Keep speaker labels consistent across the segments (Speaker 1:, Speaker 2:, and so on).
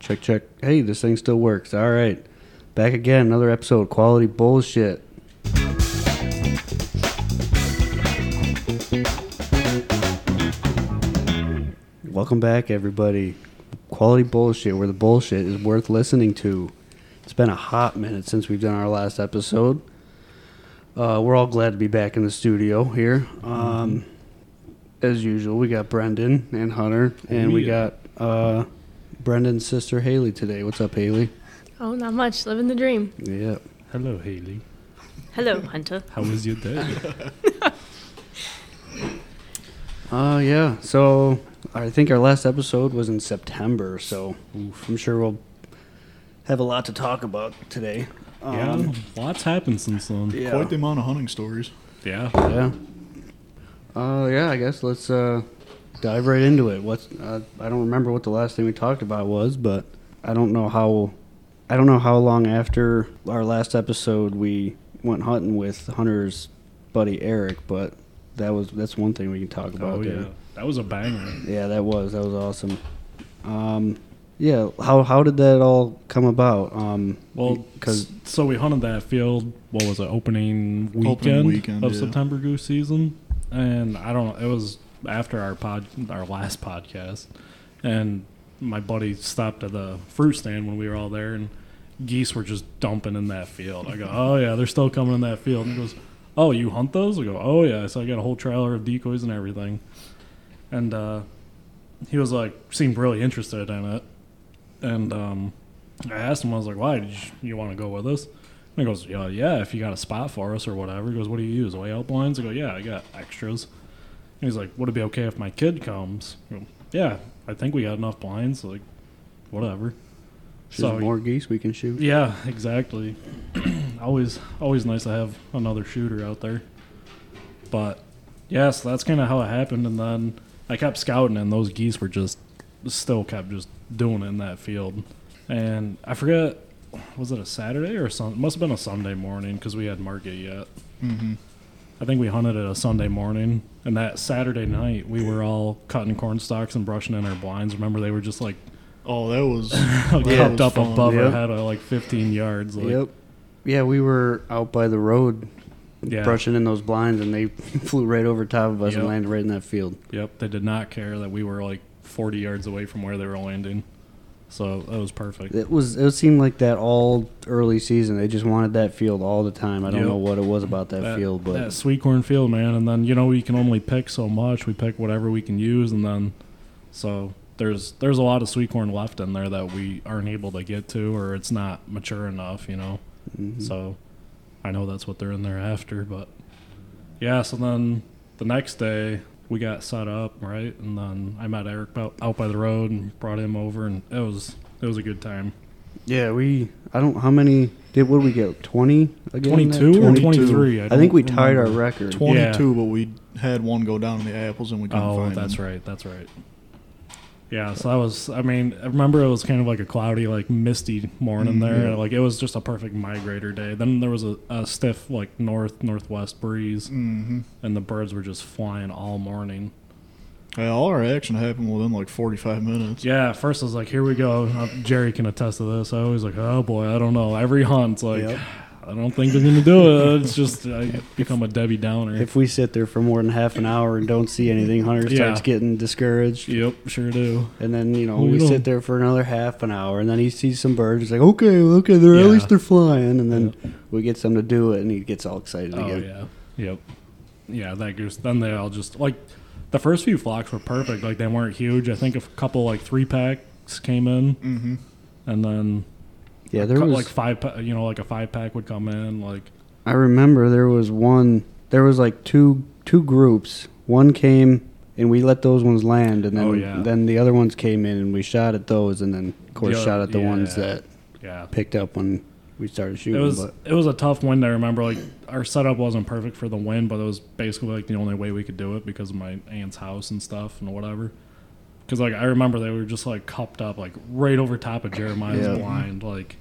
Speaker 1: Check, check. Hey, this thing still works. All right. Back again, another episode. Quality bullshit. Welcome back, everybody. Quality bullshit, where the bullshit is worth listening to. It's been a hot minute since we've done our last episode. Uh, we're all glad to be back in the studio here. Um, As usual, we got Brendan and Hunter, and we
Speaker 2: Yeah.
Speaker 1: got uh, Brendan's sister Haley today. What's up, Haley?
Speaker 3: Oh, not much. Living the dream.
Speaker 1: Yep.
Speaker 2: Hello, Haley.
Speaker 3: Hello, Hunter.
Speaker 2: How was your day?
Speaker 1: Uh, yeah. So I think our last episode was in September, so I'm sure we'll have a lot to talk about today. Um,
Speaker 2: yeah, lots happened since then.
Speaker 1: Yeah.
Speaker 4: Quite the amount of hunting stories.
Speaker 2: Yeah.
Speaker 1: Yeah. Uh, yeah. I guess let's uh, dive right into it. What's uh, I don't remember what the last thing we talked about was, but I don't know how I don't know how long after our last episode we went hunting with Hunter's buddy Eric, but that was that's one thing we can talk about.
Speaker 2: Oh
Speaker 1: there.
Speaker 2: yeah, that was a banger.
Speaker 1: Yeah, that was that was awesome. Um, yeah, how how did that all come about? Um,
Speaker 2: Well,
Speaker 1: because
Speaker 2: because so we hunted that field. What was it? Opening weekend,
Speaker 4: weekend,
Speaker 2: of
Speaker 4: yeah.
Speaker 2: September goose season, and I don't. know, It was after our pod, our last podcast, and my buddy stopped at the fruit stand when we were all there, and geese were just dumping in that field. I go, oh yeah, they're still coming in that field. And he goes, oh, you hunt those? I go, oh yeah. So I got a whole trailer of decoys and everything, and uh, he was like, seemed really interested in it, and um. I asked him, I was like, why? Did you, you want to go with us? And he goes, yeah, yeah, if you got a spot for us or whatever. He goes, what do you use? Way out blinds? I go, yeah, I got extras. And he's like, would it be okay if my kid comes? I go, yeah, I think we got enough blinds. Like, whatever. so-
Speaker 1: more geese we can shoot.
Speaker 2: Yeah, exactly. always, always nice to have another shooter out there. But yeah, so that's kind of how it happened. And then I kept scouting, and those geese were just still kept just doing it in that field. And I forget, was it a Saturday or something? Must have been a Sunday morning because we had market yet.
Speaker 4: Mm-hmm.
Speaker 2: I think we hunted it a Sunday morning, and that Saturday night we were all cutting corn stalks and brushing in our blinds. Remember, they were just like
Speaker 4: Oh, that was.
Speaker 2: cupped
Speaker 4: was
Speaker 2: up
Speaker 4: fun.
Speaker 2: above
Speaker 1: Yep.
Speaker 2: our head at like 15 yards. Like,
Speaker 1: Yep. Yeah, we were out by the road
Speaker 2: Yeah.
Speaker 1: brushing in those blinds, and they flew right over top of us and
Speaker 2: Yep.
Speaker 1: landed right in that field.
Speaker 2: Yep, they did not care that we were like 40 yards away from where they were landing. So that was perfect.
Speaker 1: It was it seemed like that all early season. They just wanted that field all the time. I don't
Speaker 2: Yep.
Speaker 1: know what it was about that,
Speaker 2: That-
Speaker 1: field, but
Speaker 2: that sweet corn field, man. And then you know we can only pick so much. We pick whatever we can use, and then so there's there's a lot of sweet corn left in there that we aren't able to get to, or it's not mature enough. You know,
Speaker 1: Mhm.
Speaker 2: So I know that's what they're in there after, but yeah, so then the next day we got set up, right? And then I met Eric out, out by the road and brought him over and it was it was a good time.
Speaker 1: yeah, we I don't how many did what did we get twenty again? that-
Speaker 2: 22 or
Speaker 4: 22.
Speaker 2: 23?
Speaker 1: I think
Speaker 2: don't
Speaker 1: we tied
Speaker 2: remember.
Speaker 1: our record.
Speaker 4: 22, but we had one go down in the apples and we couldn't
Speaker 2: Oh,
Speaker 4: find
Speaker 2: that's right. That's right. Yeah, so that was. I mean, I remember it was kind of like a cloudy, like misty morning
Speaker 1: Mm-hmm.
Speaker 2: there. Like it was just a perfect migrator day. Then there was a, a stiff, like north northwest breeze,
Speaker 4: Mm-hmm.
Speaker 2: and the birds were just flying all morning.
Speaker 4: Yeah, all our action happened within like 45 minutes.
Speaker 2: Yeah, at first I was like, here we go. Uh, Jerry can attest to this. I was like, oh boy, I don't know. Every hunt's like,
Speaker 1: Yep.
Speaker 2: I don't think they're going to do it. It's just, I become a Debbie Downer.
Speaker 1: If we sit there for more than half an hour and don't see anything, Hunter
Speaker 2: Yeah.
Speaker 1: starts getting discouraged.
Speaker 2: yep, sure do.
Speaker 1: And then you know
Speaker 2: Well,
Speaker 1: we
Speaker 2: you know-
Speaker 1: sit there for another half an hour, and then he sees some birds. He's like, "Okay, okay, they're at
Speaker 2: Yeah.
Speaker 1: least they're flying." And then we get some to do it, and he gets all excited
Speaker 2: Oh,
Speaker 1: again.
Speaker 2: yeah. Yep. Yeah, that goose. Then they all just, like, the first few flocks were perfect. Like, they weren't huge. I think a couple, like, three packs came in,
Speaker 4: Mm-hmm.
Speaker 2: and then,
Speaker 1: Yeah, there
Speaker 2: cou-
Speaker 1: was.
Speaker 2: like, five, pa- you know, like a five pack would come in. Like,
Speaker 1: I remember there was one. There was like two two groups. One came and we let those ones land, and then
Speaker 2: Oh, yeah.
Speaker 1: then the other ones came in and we shot at those, and then of course
Speaker 2: other-
Speaker 1: shot at the ones
Speaker 2: yeah.
Speaker 1: that
Speaker 2: yeah.
Speaker 1: picked up when we started
Speaker 2: It
Speaker 1: shooting.
Speaker 2: was
Speaker 1: but
Speaker 2: it was a tough wind. I remember like our setup wasn't perfect for the wind, but it was basically like the only way we could do it because of my aunt's house and stuff and whatever. Because like I remember they were just like cupped up like right over top of Jeremiah's
Speaker 1: Yeah.
Speaker 2: blind. Like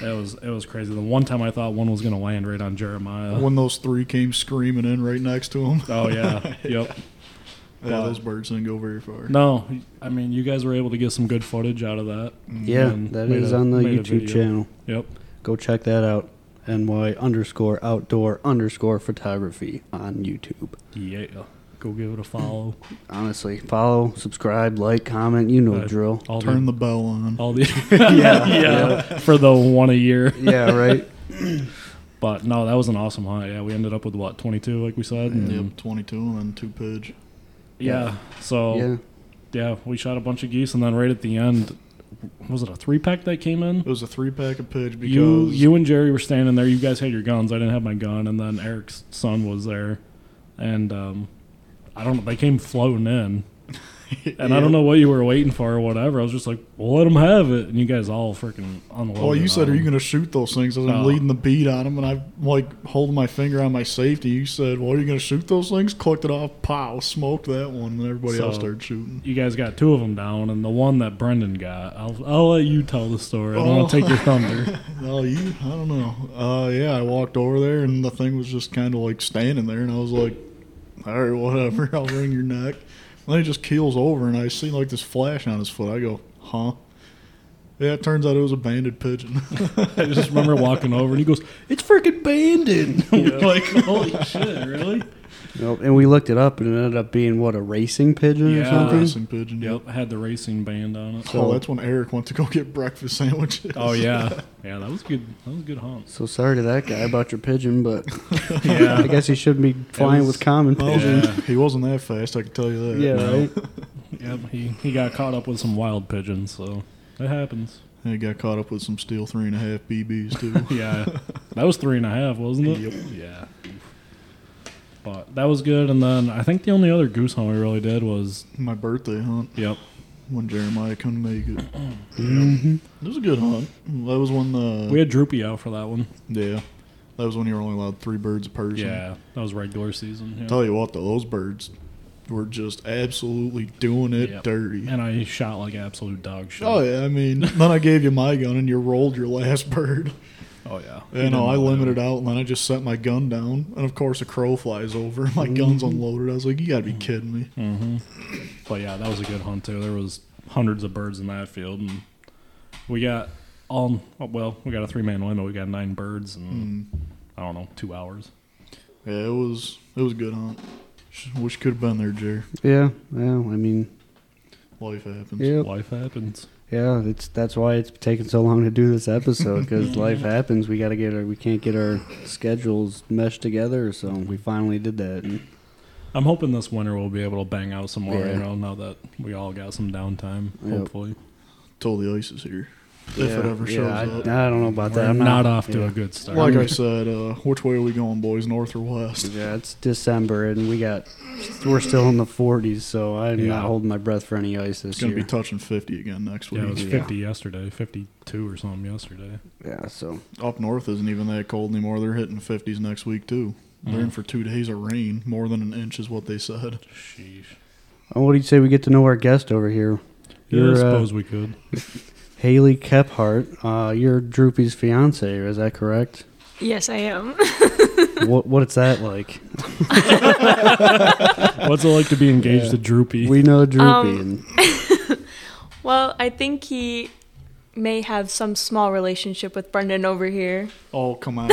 Speaker 2: it was it was crazy. The one time I thought one was gonna land right on Jeremiah.
Speaker 4: When those three came screaming in right next to him.
Speaker 2: Oh yeah, yep.
Speaker 4: Yeah,
Speaker 2: But-
Speaker 4: those birds didn't go very far.
Speaker 2: No, I mean you guys were able to get some good footage out of that.
Speaker 1: Yeah,
Speaker 2: And
Speaker 1: that
Speaker 2: Mm-hmm. made
Speaker 1: is
Speaker 2: a-
Speaker 1: on the
Speaker 2: made a
Speaker 1: YouTube
Speaker 2: video.
Speaker 1: channel.
Speaker 2: Yep.
Speaker 1: Go check that out. NY underscore outdoor underscore photography on YouTube.
Speaker 2: Yeah. Go give it a follow.
Speaker 1: Honestly, follow, subscribe, like, comment. You know the
Speaker 2: Uh,
Speaker 1: drill.
Speaker 2: All
Speaker 4: Turn
Speaker 2: the,
Speaker 4: the bell on.
Speaker 2: all the yeah, for the one a year.
Speaker 1: Yeah, right.
Speaker 2: But no, that was an awesome hunt. Yeah, we ended up with what twenty two, like we said. And
Speaker 4: Yep, 22 and then two pigeon.
Speaker 2: Yeah. So yeah.
Speaker 1: Yeah,
Speaker 2: we shot a bunch of geese, and then right at the end, was it a three pack that came in?
Speaker 4: It was a three pack of pigeon because
Speaker 2: You you and Jerry were standing there. You guys had your guns. I didn't have my gun, and then Eric's son was there, and um, I don't. know. They came floating in, and I don't know what you were waiting for or whatever. I was just like, "Well, let them have it," and you guys all freaking unloaded.
Speaker 4: Well, you said,
Speaker 2: on
Speaker 4: "Are you
Speaker 2: 'em.
Speaker 4: going to shoot those things?" As I'm
Speaker 2: Oh.
Speaker 4: leading the beat on them, and I'm like holding my finger on my safety. You said, "Well, are you going to shoot those things?" Clicked it off, pow, smoked that one, and everybody
Speaker 2: So-
Speaker 4: else started shooting.
Speaker 2: You guys got two of them down, and the one that Brendan got, I'll, I'll let you tell the story. I don't want to
Speaker 4: Oh.
Speaker 2: take your thunder.
Speaker 4: No, Oh, you, I don't know. Uh, yeah, I walked over there, and the thing was just kind of like standing there, and I was like, "All right, whatever, I'll wring your neck." And then he just keels over, and I see like this flash on his foot. I go, "Huh." Yeah, it turns out it was a banded pigeon.
Speaker 2: I just remember walking over, and he goes, "It's freaking Bandon!" We're like, "Holy shit, really?"
Speaker 1: Nope. and we looked it up, and it ended up being what a racing pigeon
Speaker 2: Yeah.
Speaker 1: or something.
Speaker 4: Racing pigeon.
Speaker 2: Yep, had the racing band on it.
Speaker 4: Oh, that's when Eric went to go get breakfast sandwiches.
Speaker 2: Oh yeah, yeah, that was good. That was a good hunt.
Speaker 1: So sorry to that guy about your pigeon, but I
Speaker 2: Yeah,
Speaker 1: guess he shouldn't be flying
Speaker 4: was-
Speaker 1: with common
Speaker 4: Well,
Speaker 1: pigeons.
Speaker 2: Yeah.
Speaker 4: Oh, He wasn't that fast, I can tell you that.
Speaker 1: Yeah,
Speaker 4: No.
Speaker 1: right.
Speaker 2: yep. He he got caught up with some wild pigeons, so that happens.
Speaker 4: And he got caught up with some steel three and a half BBs too.
Speaker 2: Yeah, that was three and a half, wasn't it?
Speaker 4: Yep.
Speaker 2: Yeah. But that was good, and then I think the only other goose hunt we really did was
Speaker 4: My birthday hunt
Speaker 2: yep.
Speaker 4: when Jeremiah couldn't make it.
Speaker 2: Mm-hmm.
Speaker 4: It was a good hunt. That was when the
Speaker 2: We had Droopy out for that one.
Speaker 4: yeah. That was when you were only allowed three birds a person.
Speaker 2: Yeah, that was regular season. Yeah.
Speaker 4: Tell you what, though, those birds were just absolutely doing it
Speaker 2: Yep.
Speaker 4: dirty.
Speaker 2: And I shot like absolute dog shit.
Speaker 4: Oh yeah, I mean, then I gave you my gun and you rolled your last bird.
Speaker 2: Oh yeah.
Speaker 4: You know, I limited out, and then I just set my gun down, and of course a crow flies over. My gun's unloaded. I was like, "You gotta be kidding me!"
Speaker 2: Mm-hmm. But yeah, that was a good hunt too. There was hundreds of birds in that field, and we got all well. We got a three man limit. We got nine birds, and I don't know, two hours.
Speaker 4: Yeah, it was it was a good hunt. Sh- Wish you could have been there, Jer.
Speaker 1: Yeah, yeah. I mean,
Speaker 4: Life happens.
Speaker 1: yeah,
Speaker 2: Life happens.
Speaker 1: yeah. It's that's why it's taken so long to do this episode because life happens. We got to get our we can't get our schedules meshed together, so we finally did that. And
Speaker 2: I'm hoping this winter we'll be able to bang out some more.
Speaker 1: Yeah.
Speaker 2: You know, now that we all got some downtime,
Speaker 1: Yep.
Speaker 2: hopefully.
Speaker 4: Till the ice is here, if
Speaker 1: yeah,
Speaker 4: it ever shows
Speaker 1: yeah, I,
Speaker 4: up.
Speaker 1: I don't know about
Speaker 2: We're
Speaker 1: that. I'm
Speaker 2: not, off to
Speaker 1: yeah.
Speaker 2: a good start.
Speaker 4: like I said, uh, which way are we going, boys? North or west?
Speaker 1: Yeah, it's December and we got we're still in the 40s, so I'm
Speaker 2: Yeah.
Speaker 1: not holding my breath for any ice
Speaker 4: It's
Speaker 1: this
Speaker 4: gonna
Speaker 1: year.
Speaker 4: be touching fifty again next
Speaker 2: yeah, it was
Speaker 4: week.
Speaker 2: 50 yesterday, 52 or something yesterday.
Speaker 1: yeah, so
Speaker 4: Up north isn't even that cold anymore. They're hitting fifties next week too. They're in for two days of rain. More than an inch is what they said.
Speaker 2: Sheesh.
Speaker 1: Oh, what do you say we get to know our guest over here?
Speaker 2: Yeah, I
Speaker 1: You're, uh,
Speaker 2: suppose we could.
Speaker 1: Haley Kephart, uh, you're Droopy's fiance, is that correct?
Speaker 3: Yes, I am.
Speaker 1: what what's that like?
Speaker 2: What's it like to be engaged to Droopy?
Speaker 1: We know Droopy,
Speaker 3: Um,
Speaker 1: and
Speaker 3: well, I think he may have some small relationship with Brendan over here.
Speaker 4: Oh come on!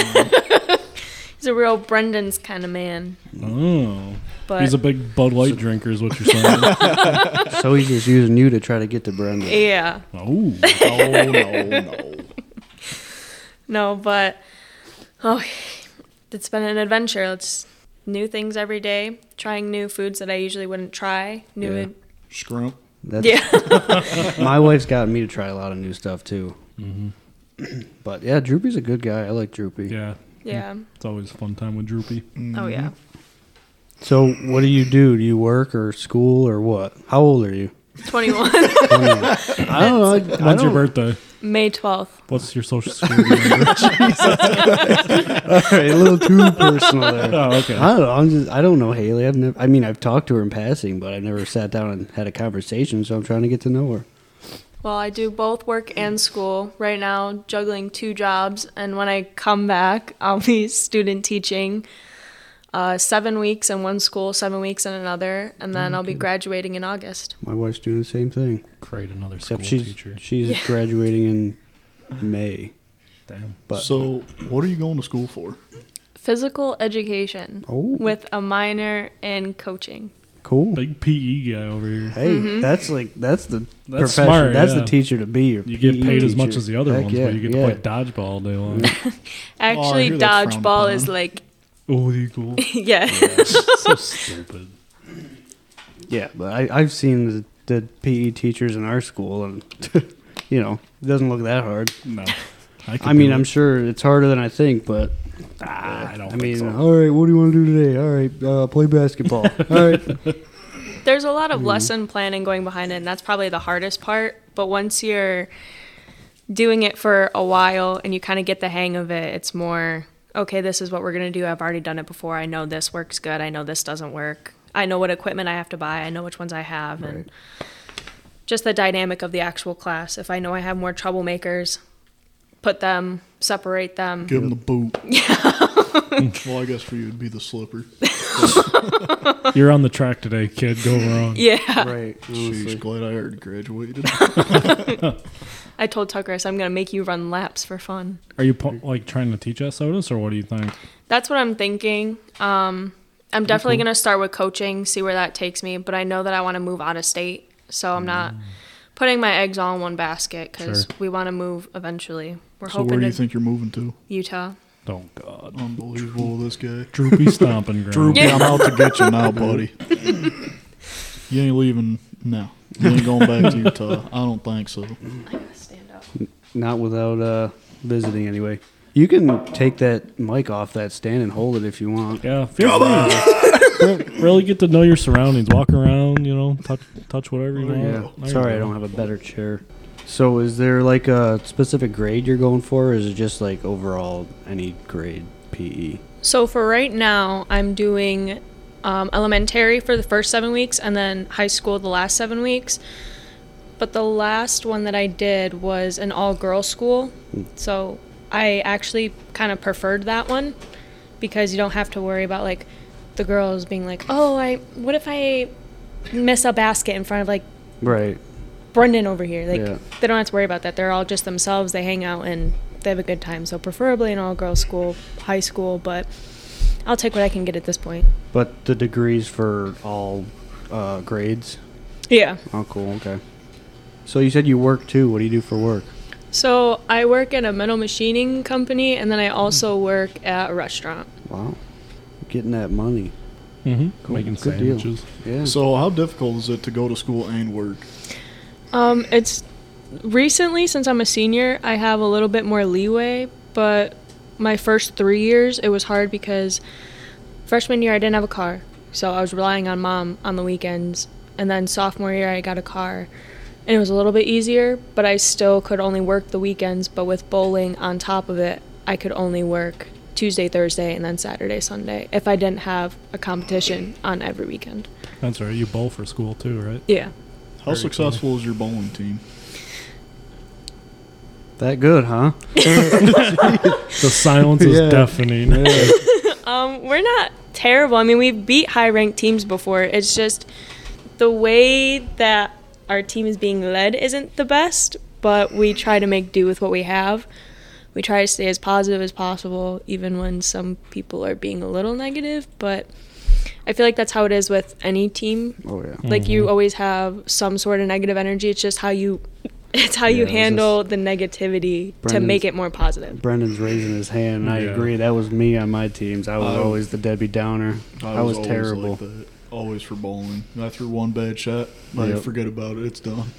Speaker 3: He's a real Brendan's kind of man.
Speaker 2: oh.
Speaker 3: But
Speaker 2: He's a big Bud Light drinker, is what you're saying.
Speaker 1: so he's just using you to try to get to Brenda.
Speaker 3: yeah,
Speaker 2: oh.
Speaker 4: oh no no.
Speaker 3: no, but oh, it's been an adventure. It's new things every day, trying new foods that I usually wouldn't try. New,
Speaker 4: Scrimp.
Speaker 1: That's,
Speaker 3: yeah.
Speaker 1: my wife's gotten me to try a lot of new stuff too. but yeah, Droopy's a good guy. I like Droopy.
Speaker 2: Yeah.
Speaker 3: yeah.
Speaker 2: It's always a fun time with Droopy.
Speaker 3: Oh yeah.
Speaker 1: So what do you do? Do you work or school or what? How old are you?
Speaker 3: 21
Speaker 1: I don't know. I, I
Speaker 2: When's your
Speaker 1: don't-
Speaker 2: birthday?
Speaker 3: May 12th.
Speaker 2: What's your social security number?
Speaker 1: a little too personal there.
Speaker 2: oh, okay.
Speaker 1: I don't know. I'm just, I don't know Haley. I've never. I mean, I've talked to her in passing, but I've never sat down and had a conversation. So I'm trying to get to know her.
Speaker 3: Well, I do both work and school right now, juggling two jobs, and when I come back, I'll be student teaching uh, seven weeks in one school, seven weeks in another, and then I'll be graduating in August.
Speaker 1: My wife's doing the same thing.
Speaker 2: Create another school
Speaker 1: Except she's
Speaker 2: teacher.
Speaker 1: she's
Speaker 3: Yeah.
Speaker 1: graduating in May.
Speaker 2: Damn.
Speaker 1: But
Speaker 4: so, what are you going to school for?
Speaker 3: Physical education
Speaker 1: Oh.
Speaker 3: with a minor in coaching.
Speaker 4: Oh,
Speaker 1: cool.
Speaker 2: Big PE guy over here.
Speaker 1: Hey, that's like that's the
Speaker 2: That's
Speaker 1: profession.
Speaker 2: smart,
Speaker 1: that's
Speaker 2: yeah.
Speaker 1: the teacher to be. Your
Speaker 2: You get
Speaker 1: PE
Speaker 2: paid as much
Speaker 1: E teacher.
Speaker 2: as the other
Speaker 1: Heck
Speaker 2: ones,
Speaker 1: yeah,
Speaker 2: but you get
Speaker 1: yeah.
Speaker 2: to play dodgeball all day long.
Speaker 3: Actually,
Speaker 4: hear that's frowned
Speaker 3: dodgeball is
Speaker 4: upon.
Speaker 3: like,
Speaker 2: oh, you cool.
Speaker 3: yeah.
Speaker 2: so stupid.
Speaker 1: Yeah, but I, I've seen the, the PE teachers in our school, and you know, it doesn't look that hard.
Speaker 2: No. could
Speaker 1: I mean,
Speaker 2: do
Speaker 1: I'm
Speaker 2: it.
Speaker 1: sure it's harder than I think, but
Speaker 2: Ah, I don't
Speaker 1: I
Speaker 2: think
Speaker 1: mean,
Speaker 2: so.
Speaker 1: all right, what do you want to do today? All right, uh, play basketball. all right,
Speaker 3: There's a lot of lesson planning going behind it, and that's probably the hardest part. But once you're doing it for a while and you kind of get the hang of it, it's more okay, this is what we're going to do. I've already done it before. I know this works good. I know this doesn't work. I know what equipment I have to buy. I know which ones I have. And just the dynamic of the actual class. If I know I have more troublemakers, put them, separate them.
Speaker 4: Give him the boot. well, I guess for you it'd be the slipper.
Speaker 2: You're on the track today, kid. Go wrong.
Speaker 3: Yeah.
Speaker 1: right.
Speaker 4: She's glad I already graduated.
Speaker 3: I told Tucker, I said, I'm going to make you run laps for fun.
Speaker 2: Are you po- like trying to teach us Otis, or what do you think?
Speaker 3: That's what I'm thinking. Um, I'm definitely going to start with coaching, see where that takes me. But I know that I want to move out of state. So I'm not
Speaker 4: Mm.
Speaker 3: putting my eggs all in one basket because
Speaker 2: Sure.
Speaker 3: we want to move eventually. We're
Speaker 4: so,
Speaker 3: hoping
Speaker 4: where do
Speaker 3: to
Speaker 4: you think you're moving to?
Speaker 3: Utah.
Speaker 2: Oh God,
Speaker 4: Unbelievable, this guy.
Speaker 2: droopy stomping ground.
Speaker 4: Droopy,
Speaker 3: Yeah.
Speaker 4: I'm out to get you now, buddy. you ain't leaving now. You ain't going back to Utah. I don't think so.
Speaker 3: I gotta stand up.
Speaker 1: Not without uh, visiting, anyway. You can take that mic off that stand and hold it if you want.
Speaker 2: Yeah, feel free. Re- really get to know your surroundings. Walk around, you know, touch touch whatever you want.
Speaker 1: Oh, Yeah.
Speaker 2: There you
Speaker 1: Sorry, I
Speaker 2: go.
Speaker 1: don't have a better chair. So, is there like a specific grade you're going for, or is it just like overall any grade E? PE?
Speaker 3: So for right now, I'm doing um, elementary for the first seven weeks and then high school the last seven weeks. But the last one that I did was an all girls school. So I actually kind of preferred that one because you don't have to worry about like the girls being like, oh, I what if I miss a basket in front of like
Speaker 1: Right.
Speaker 3: Brendan over here? Like
Speaker 1: Yeah.
Speaker 3: they don't have to worry about that. They're all just themselves. They hang out and they have a good time. So preferably an all girls school, high school, but I'll take what I can get at this point.
Speaker 1: But the degrees for all uh, grades.
Speaker 3: Yeah.
Speaker 1: Oh, cool. Okay. So you said you work too. What do you do for work?
Speaker 3: So I work at a metal machining company and then I also work at a restaurant.
Speaker 1: Wow. Getting that money.
Speaker 2: Mm-hmm.
Speaker 1: Cool.
Speaker 2: Making
Speaker 1: Good deal.
Speaker 2: sandwiches.
Speaker 1: Yeah.
Speaker 4: So, how difficult is it to go to school and work?
Speaker 3: Um, it's recently since I'm a senior, I have a little bit more leeway, but my first three years it was hard because freshman year I didn't have a car, so I was relying on mom on the weekends, and then sophomore year I got a car, and it was a little bit easier, but I still could only work the weekends. But with bowling on top of it, I could only work Tuesday, Thursday, and then Saturday, Sunday if I didn't have a competition on every weekend.
Speaker 2: That's right. You bowl for school too, right?
Speaker 3: Yeah.
Speaker 4: How successful is your bowling team?
Speaker 1: That good, huh?
Speaker 2: The silence is
Speaker 1: Yeah.
Speaker 2: deafening.
Speaker 3: Um, we're not terrible. I mean, we've beat high ranked teams before. It's just the way that our team is being led isn't the best, but we try to make do with what we have. We try to stay as positive as possible, even when some people are being a little negative. But I feel like that's how it is with any team.
Speaker 1: Oh yeah.
Speaker 3: Like you always have some sort of negative energy. It's just how you, it's how
Speaker 1: Yeah,
Speaker 3: you
Speaker 1: it's
Speaker 3: handle the negativity to
Speaker 1: Brandon's-
Speaker 3: make it more positive.
Speaker 1: Brendan's raising his hand. and I
Speaker 2: Yeah.
Speaker 1: agree. That was me on my teams. I was
Speaker 4: I-
Speaker 1: always the Debbie Downer. Oh. I was,
Speaker 4: always
Speaker 1: terrible.
Speaker 4: Like that. Always for bowling. I threw one bad shot. I
Speaker 1: Yep.
Speaker 4: forget about it. It's done.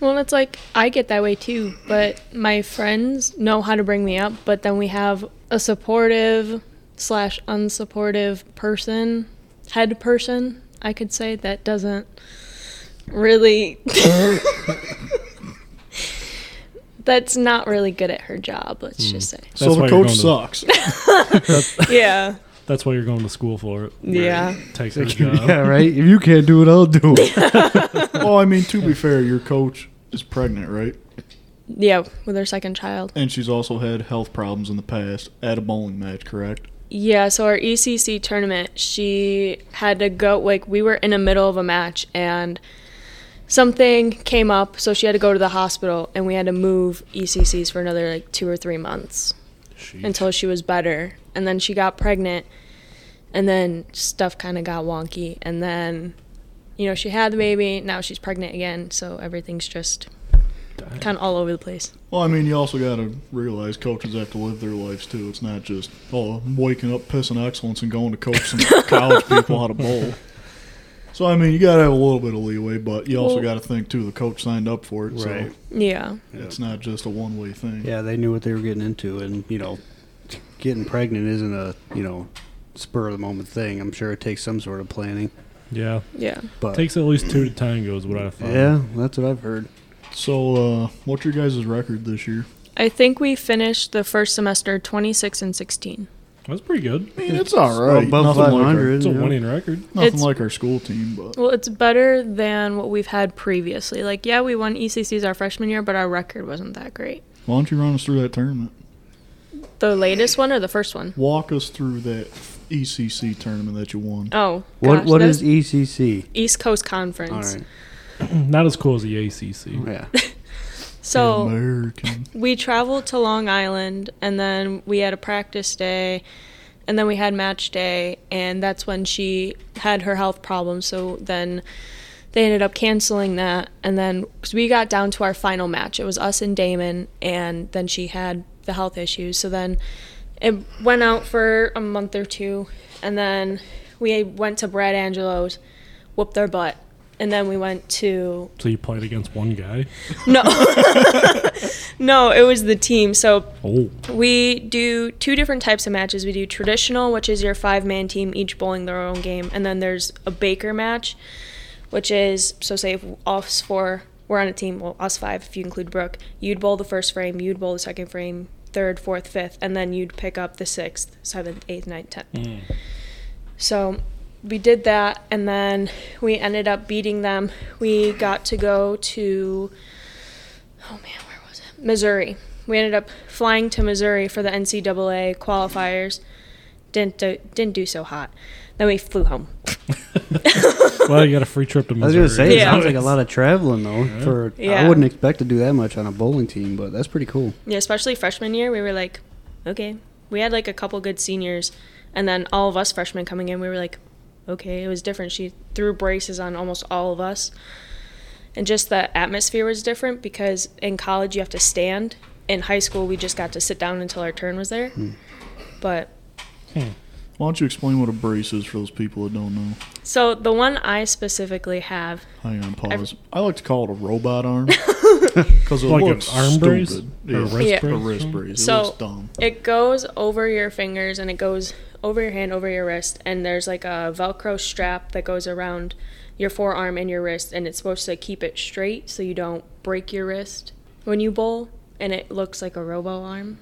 Speaker 3: Well, it's like I get that way too, but my friends know how to bring me up, but then we have a supportive slash unsupportive person, head person, I could say, that doesn't really. that's not really good at her job, let's just say.
Speaker 4: so the
Speaker 2: why you're
Speaker 4: coach
Speaker 2: going
Speaker 4: sucks.
Speaker 3: Yeah.
Speaker 2: To, that's why you're going to school for it.
Speaker 3: Yeah.
Speaker 2: Takes her
Speaker 1: Like, yeah.
Speaker 2: job.
Speaker 1: right. If you can't do it, I'll do it.
Speaker 4: well, I mean, to be fair, your coach is pregnant, right?
Speaker 3: Yeah, with her second child.
Speaker 4: And she's also had health problems in the past at a bowling match, correct?
Speaker 3: Yeah, so our ECC tournament, she had to go. Like, we were in the middle of a match and something came up, so she had to go to the hospital, and we had to move ECCs for another like two or three months until she was better. And then she got pregnant, and then stuff kind of got wonky. And then, you know, she had the baby, now she's pregnant again, so everything's just kind of all over the place.
Speaker 4: Well, I mean, you also got to realize coaches have to live their lives too. It's not just oh, I'm waking up pissing excellence and going to coach some college people how to bowl. So I mean, you got to have a little bit of leeway, but you also
Speaker 3: Well-
Speaker 4: got to think too. The coach signed up for it,
Speaker 1: Right.
Speaker 3: Yeah.
Speaker 4: so it's not just a one way thing.
Speaker 1: Yeah, they knew what they were getting into, and you know, getting pregnant isn't a you know spur of the moment thing. I'm sure it takes some sort of planning.
Speaker 2: Yeah.
Speaker 3: Yeah.
Speaker 1: But
Speaker 2: Takes at least two to tango is what I find.
Speaker 1: yeah, that's what I've heard.
Speaker 4: So, uh, what's your guys' record this year?
Speaker 3: I think we finished the first semester 26 and 16.
Speaker 2: That's pretty good.
Speaker 4: I mean, it's all
Speaker 1: Well,
Speaker 4: right.
Speaker 1: above
Speaker 4: nothing like our,
Speaker 1: 500.
Speaker 2: It's a
Speaker 1: yeah.
Speaker 2: winning record.
Speaker 4: nothing
Speaker 3: It's-
Speaker 4: like our school team, but
Speaker 3: Well, it's better than what we've had previously. Like, yeah, we won ECCs our freshman year, but our record wasn't that great.
Speaker 4: why don't you run us through that tournament?
Speaker 3: The latest one or the first one?
Speaker 4: Walk us through that ECC tournament that you won.
Speaker 3: Oh,
Speaker 1: What
Speaker 3: gosh,
Speaker 1: what
Speaker 3: that
Speaker 1: is
Speaker 3: was
Speaker 1: ECC?
Speaker 3: East Coast
Speaker 1: All
Speaker 3: Conference?
Speaker 1: right.
Speaker 2: Not as cool as the ACC.
Speaker 1: Yeah.
Speaker 3: So
Speaker 1: Mm-hmm.
Speaker 4: American.
Speaker 3: we traveled to Long Island, and then we had a practice day, and then we had match day, and that's when she had her health problems. So then they ended up canceling that, and then because we got down to our final match, it was us and Damon, and then she had the health issues. So then it went out for a month or two, and then we went to Brad Angelo's, whooped their butt, and then we went to
Speaker 2: So you played against one guy.
Speaker 3: no. no, it was the team. So
Speaker 2: Oh,
Speaker 3: we do two different types of matches. We do traditional, which is your five man team, each bowling their own game. And then there's a Baker match, which is so say if us four were on a team, well, us five, if you include Brooke, you'd bowl the first frame, you'd bowl the second frame, third, fourth, fifth, and then you'd pick up the sixth, seventh, eighth, ninth, tenth.
Speaker 2: Hmm.
Speaker 3: So we did that, and then we ended up beating them. We got to go to, oh man, where was it? Missouri. We ended up flying to Missouri for the NCAA qualifiers. Didn't do, didn't do so hot. Then we flew home.
Speaker 2: well, you got a free trip to
Speaker 1: I was
Speaker 2: Missouri.
Speaker 1: gonna say, it
Speaker 3: Yeah.
Speaker 1: sounds like a lot of traveling though. For I
Speaker 3: Yeah.
Speaker 1: wouldn't expect to do that much on a bowling team, but that's pretty cool.
Speaker 3: Yeah, especially freshman year, we were like, okay. We had like a couple good seniors, and then all of us freshmen coming in, we were like, okay, it was different. She threw braces on almost all of us. And just the atmosphere was different because in college you have to stand. In high school, we just got to sit down until our turn was there. But
Speaker 2: Hmm.
Speaker 4: Why don't you explain what a brace is for those people that don't know?
Speaker 3: so the one I specifically have,
Speaker 4: Hang on, pause. I like to call it a robot arm because it
Speaker 2: Like an
Speaker 4: looks
Speaker 2: arm
Speaker 4: stupid.
Speaker 2: brace?
Speaker 4: Yeah.
Speaker 2: Or a wrist
Speaker 3: Yeah.
Speaker 4: A
Speaker 2: brace?
Speaker 4: wrist brace.
Speaker 3: So-
Speaker 4: it looks dumb.
Speaker 3: it goes over your fingers and it goes over your hand, over your wrist, and there's like a Velcro strap that goes around your forearm and your wrist, and it's supposed to keep it straight so you don't break your wrist when you bowl, and it looks like a robo arm.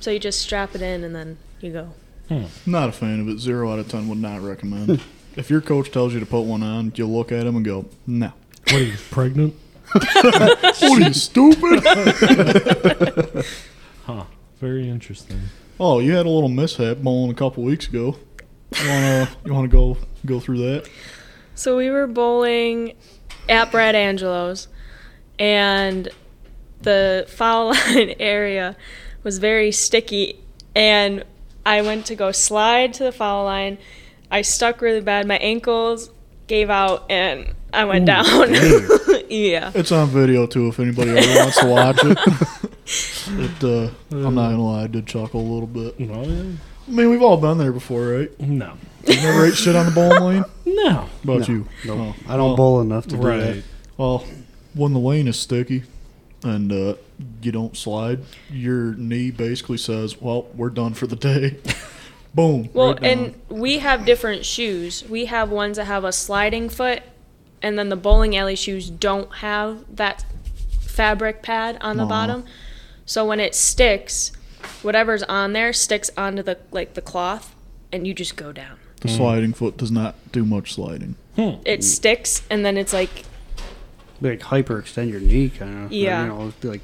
Speaker 3: So you just strap it in and then you go.
Speaker 2: Hmm.
Speaker 4: Not a fan of it. Zero out of ten. Would not recommend. if your coach tells you to put one on, you look at him and go, "No."
Speaker 2: What are you pregnant?
Speaker 4: What are you stupid?
Speaker 2: Huh. Very interesting.
Speaker 4: oh, you had a little mishap bowling a couple weeks ago. You wanna you wanna go go through that?
Speaker 3: So we were bowling at Brad Angelo's, and the foul line area was very sticky. And I went to go slide to the foul line. I stuck really bad. My ankles gave out, and I went down. yeah.
Speaker 4: It's on video too. If anybody ever wants to watch it, it uh, I'm not gonna lie, I did chuckle a little bit.
Speaker 2: Well, yeah.
Speaker 4: I mean, we've all been there before, right?
Speaker 2: No.
Speaker 4: You never ate shit on the bowling lane.
Speaker 2: No.
Speaker 4: What about
Speaker 1: No,
Speaker 4: you?
Speaker 1: no,
Speaker 4: Oh.
Speaker 1: I don't
Speaker 4: Well,
Speaker 1: bowl enough to do
Speaker 2: Right.
Speaker 1: that.
Speaker 4: Well, when the lane is sticky and uh, you don't slide, your knee basically says, "Well, we're done for the day." Boom.
Speaker 3: Well,
Speaker 4: right down.
Speaker 3: and we have different shoes. We have ones that have a sliding foot, and then the bowling alley shoes don't have that fabric pad on the
Speaker 4: Aw.
Speaker 3: bottom. So when it sticks, whatever's on there sticks onto the like the cloth, and you just go down.
Speaker 4: the
Speaker 1: Mm.
Speaker 4: sliding foot does not do much sliding.
Speaker 3: It sticks, and then it's like
Speaker 1: Like hyperextend your knee, kind of.
Speaker 3: Yeah. Mm-hmm.
Speaker 1: You know, it's like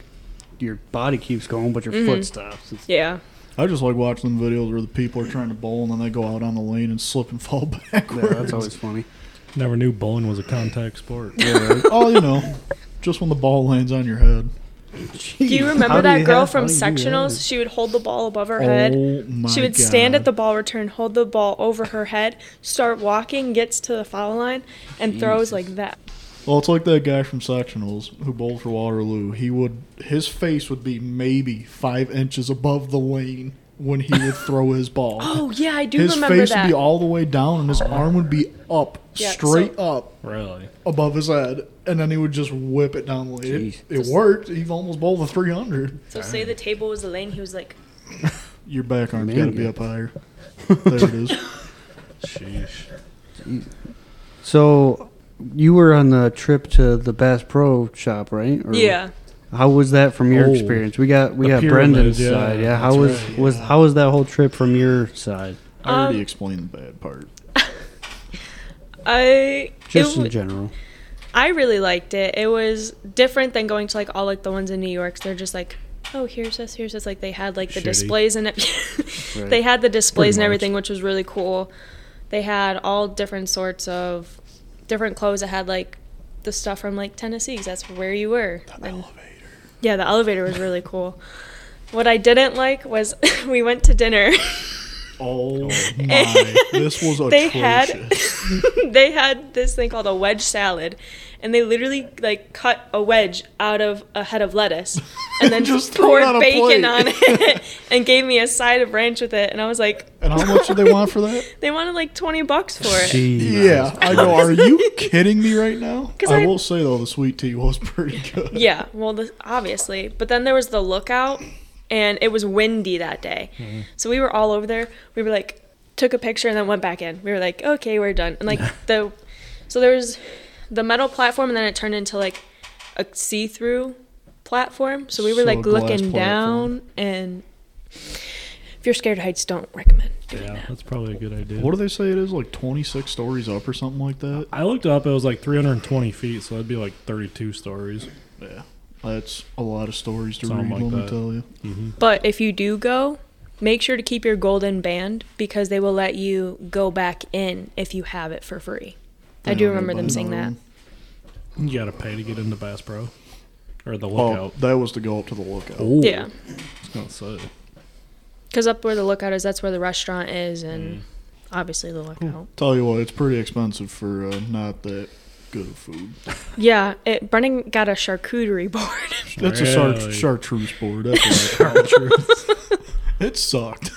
Speaker 1: your body keeps going, but your foot stops. It's
Speaker 3: yeah.
Speaker 4: I just like watching them videos where the people are trying to bowl and then they go out on the lane and slip and fall
Speaker 1: Yeah,
Speaker 4: backwards.
Speaker 1: that's always funny.
Speaker 2: Never knew bowling was a contact sport.
Speaker 4: oh, you know, just when the ball lands on your head.
Speaker 3: Do you remember that girl from sectionals? She would hold the ball above her head.
Speaker 4: Oh my
Speaker 3: She would stand at
Speaker 4: God.
Speaker 3: the ball return, hold the ball over her head, start walking, gets to the foul line, and throws like that.
Speaker 4: Well, it's like that guy from sectionals who bowled for Waterloo. He would his face would be maybe five inches above the lane when he would throw his ball.
Speaker 3: Oh yeah, I do
Speaker 4: his
Speaker 3: remember
Speaker 4: face
Speaker 3: that.
Speaker 4: would be all the way down and his arm would be up,
Speaker 3: Yeah, so-
Speaker 4: straight up
Speaker 2: Really?
Speaker 4: above his head, and then he would just whip it down the lane.
Speaker 1: Jeez.
Speaker 4: It, it worked. He almost bowled a three hundred.
Speaker 3: so say the table was the lane. He was like,
Speaker 4: Your back arm's
Speaker 1: Man,
Speaker 4: got to be
Speaker 1: yeah.
Speaker 4: up higher. there it is.
Speaker 2: Sheesh.
Speaker 1: So you were on the trip to the Bass Pro shop, right? Or-
Speaker 3: yeah.
Speaker 1: How was that from your
Speaker 2: Oh.
Speaker 1: experience? We got we
Speaker 2: The
Speaker 1: got
Speaker 2: pyramid,
Speaker 1: Brendan's
Speaker 2: yeah,
Speaker 1: side. Yeah. How
Speaker 2: that's
Speaker 1: was
Speaker 2: right,
Speaker 1: was
Speaker 2: yeah.
Speaker 1: how was that whole trip from your side?
Speaker 4: I already
Speaker 3: Um,
Speaker 4: explained the bad part.
Speaker 3: I
Speaker 1: Just
Speaker 3: it
Speaker 1: in
Speaker 3: w-
Speaker 1: general.
Speaker 3: I really liked it. It was different than going to like all like the ones in New York. They're just like, oh, here's this, here's this. Like they had like the
Speaker 2: Shitty.
Speaker 3: displays and it.
Speaker 1: Right.
Speaker 3: they had the displays and
Speaker 2: much.
Speaker 3: everything, which was really cool. They had all different sorts of different clothes. That had like the stuff from like Tennessee. 'cause that's where you were. And- yeah, the elevator was really cool. What I didn't like was we went to dinner.
Speaker 4: Oh my! This was atrocious.
Speaker 3: they had they had this thing called a wedge salad and they literally like cut a wedge out of a head of lettuce and then
Speaker 4: Just
Speaker 3: just
Speaker 4: throw
Speaker 3: poured
Speaker 4: it on a plate.
Speaker 3: bacon on it and gave me a side of ranch with it and i was like
Speaker 4: and how much did they want for that?
Speaker 3: they wanted like 20 bucks for it
Speaker 1: Jeez.
Speaker 4: Yeah, I go. Are you kidding me right now?
Speaker 3: 'Cause
Speaker 4: I,
Speaker 3: I-
Speaker 4: will say though, the sweet tea was pretty good.
Speaker 3: yeah well the, obviously but then there was the lookout and it was windy that day
Speaker 4: Mm-hmm.
Speaker 3: so we were all over there we were like took a picture and then went back in we were like okay we're done and like the so there was the metal platform and then it turned into like a see-through platform so we were
Speaker 4: So a
Speaker 3: like
Speaker 4: glass
Speaker 3: looking
Speaker 4: platform.
Speaker 3: down and if you're scared of heights don't recommend doing
Speaker 2: Yeah,
Speaker 3: that
Speaker 2: that's probably a good idea.
Speaker 4: What do they say it is? Like twenty six stories up or something like that.
Speaker 2: I looked up. It was like 320 feet, so that'd be like 32 stories.
Speaker 4: Yeah, that's a lot of stories to
Speaker 2: Something
Speaker 4: read.
Speaker 2: like
Speaker 4: let me
Speaker 2: that.
Speaker 4: tell you.
Speaker 3: but if you do go make sure to keep your golden band because they will let you go back in if you have it for free i do
Speaker 4: don't
Speaker 3: remember
Speaker 4: know
Speaker 3: them
Speaker 4: about
Speaker 3: saying
Speaker 4: another
Speaker 3: that
Speaker 4: one.
Speaker 2: You gotta pay to get into Bass Pro or the
Speaker 4: Oh,
Speaker 2: lookout.
Speaker 4: that was to go up to the lookout.
Speaker 3: Yeah.
Speaker 2: I was gonna say.
Speaker 3: Because up where the lookout is, that's where the restaurant is, and obviously the lookout.
Speaker 4: Tell you what, it's pretty expensive for uh, not that good of food.
Speaker 3: Yeah, it, Brennan got a charcuterie board.
Speaker 4: That's a char-
Speaker 2: Really?
Speaker 4: chartreuse board. That's what I call it. It sucked.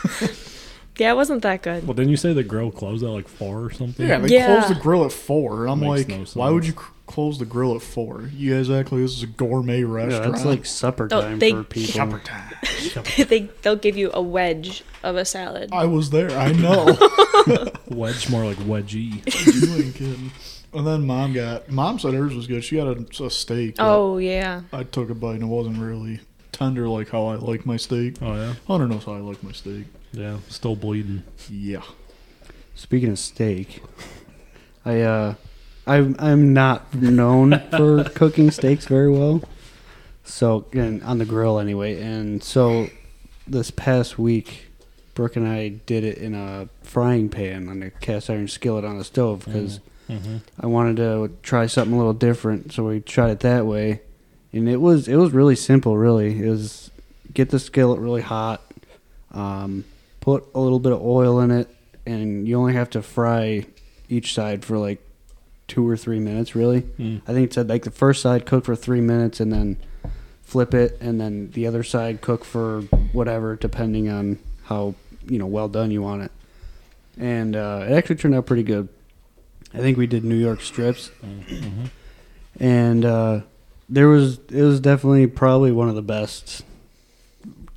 Speaker 3: yeah, it wasn't that good.
Speaker 2: Well, didn't you say the grill closed at like four or something?
Speaker 4: Yeah, they
Speaker 3: Yeah.
Speaker 4: closed the grill at four. And I'm
Speaker 2: Makes
Speaker 4: like,
Speaker 2: no
Speaker 4: why would you
Speaker 2: sense.
Speaker 4: c- close the grill at four? You guys act like this is a gourmet
Speaker 1: Yeah,
Speaker 4: restaurant.
Speaker 1: that's like supper
Speaker 3: Oh,
Speaker 1: time
Speaker 3: they-
Speaker 1: for people.
Speaker 4: supper time.
Speaker 3: they they'll give you a wedge of a salad.
Speaker 4: I was there. I know.
Speaker 2: Wedge more like wedgie.
Speaker 4: you ain't kidding. And then mom got mom said hers was good. She got a, a steak. but
Speaker 3: oh yeah,
Speaker 4: I took a bite and it wasn't really tender like how I like my steak.
Speaker 2: Oh yeah,
Speaker 4: Hunter knows how I like my steak.
Speaker 2: yeah. Still bleeding.
Speaker 4: Yeah.
Speaker 1: Speaking of steak, I uh, I'm I'm not known for cooking steaks very well. So and on the grill anyway, and so this past week, Brooke and I did it in a frying pan on a cast iron skillet on the stove because
Speaker 2: Mm-hmm.
Speaker 1: I wanted to try something a little different. So we tried it that way, and it was it was really simple. Really, it was get the skillet really hot, um, put a little bit of oil in it, and you only have to fry each side for like two or three minutes. Really,
Speaker 2: Mm.
Speaker 1: I think it said like the first side cook for three minutes, and then flip it, and then the other side cook for whatever, depending on how you know well done you want it. And uh, it actually turned out pretty good. I think we did New York strips, and uh, there was it was definitely probably one of the best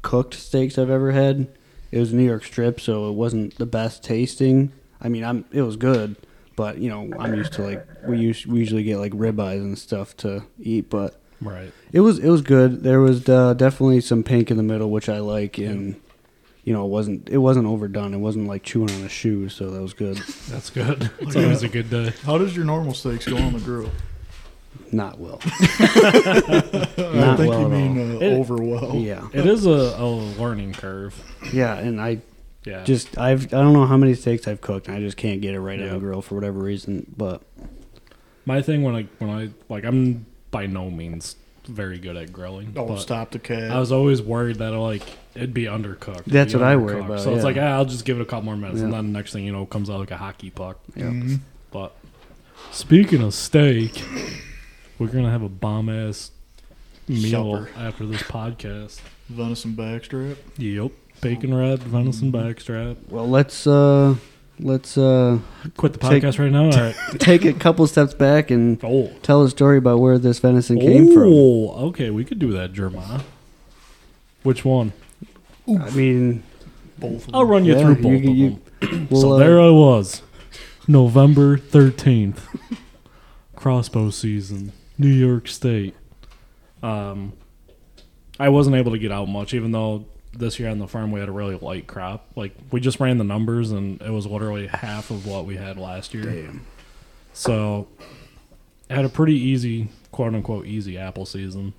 Speaker 1: cooked steaks I've ever had. It was New York strip, so it wasn't the best tasting. I mean, I'm it was good, but you know I'm used to like we us- we usually get like ribeyes and stuff to eat, but
Speaker 2: Right.
Speaker 1: it was it was good. There was uh, definitely some pink in the middle, which I like, and you know it wasn't it wasn't overdone. It wasn't like chewing on a shoe, so that was good.
Speaker 2: That's good. It's always a good day.
Speaker 4: How does your normal steaks go on the grill?
Speaker 1: Not well.
Speaker 4: I
Speaker 1: Not
Speaker 4: think
Speaker 1: well
Speaker 4: you
Speaker 1: at
Speaker 4: mean uh,
Speaker 2: It-
Speaker 4: overwhelmed.
Speaker 1: yeah.
Speaker 2: It is a, a learning curve.
Speaker 1: Yeah, and I
Speaker 2: Yeah.
Speaker 1: just I've I don't know how many steaks I've cooked and I just can't get it right on
Speaker 2: Yeah.
Speaker 1: the grill for whatever reason. But
Speaker 2: my thing when I when I like I'm by no means very good at grilling.
Speaker 1: Oh,
Speaker 4: Don't
Speaker 2: but
Speaker 4: Oh, stop the cat.
Speaker 2: I was always worried that like it'd be undercooked. it'd
Speaker 1: That's
Speaker 2: be
Speaker 1: what I worry
Speaker 2: undercooked.
Speaker 1: about,
Speaker 2: So it's
Speaker 1: yeah.
Speaker 2: like ah, I'll just give it a couple more minutes, and
Speaker 1: Yeah.
Speaker 2: then the next thing you know, it comes out like a hockey puck.
Speaker 1: Mm-hmm.
Speaker 4: Mhm.
Speaker 2: But speaking of steak, we're gonna have a bomb ass meal
Speaker 4: Supper.
Speaker 2: after this podcast.
Speaker 4: Venison backstrap.
Speaker 2: Yep, bacon wrap, venison backstrap.
Speaker 1: well, let's uh let's uh
Speaker 2: Quit the
Speaker 1: Take-
Speaker 2: podcast right now. All right.
Speaker 1: take a couple steps back and
Speaker 2: Oh.
Speaker 1: tell a story about where this venison came from.
Speaker 2: Oh, okay, we could do that, Jeremiah. Which one?
Speaker 1: I mean,
Speaker 4: Both of
Speaker 2: I'll
Speaker 4: them.
Speaker 2: run you
Speaker 1: Yeah,
Speaker 2: through
Speaker 1: you-
Speaker 2: both of
Speaker 1: you-
Speaker 2: them.
Speaker 1: well,
Speaker 2: so
Speaker 1: uh,
Speaker 2: there I was, November 13th, crossbow season, New York State. Um, I wasn't able to get out much, even though this year on the farm we had a really light crop. Like, we just ran the numbers, and it was literally half of what we had last year.
Speaker 1: Damn.
Speaker 2: So, I had a pretty easy, quote unquote, easy apple season.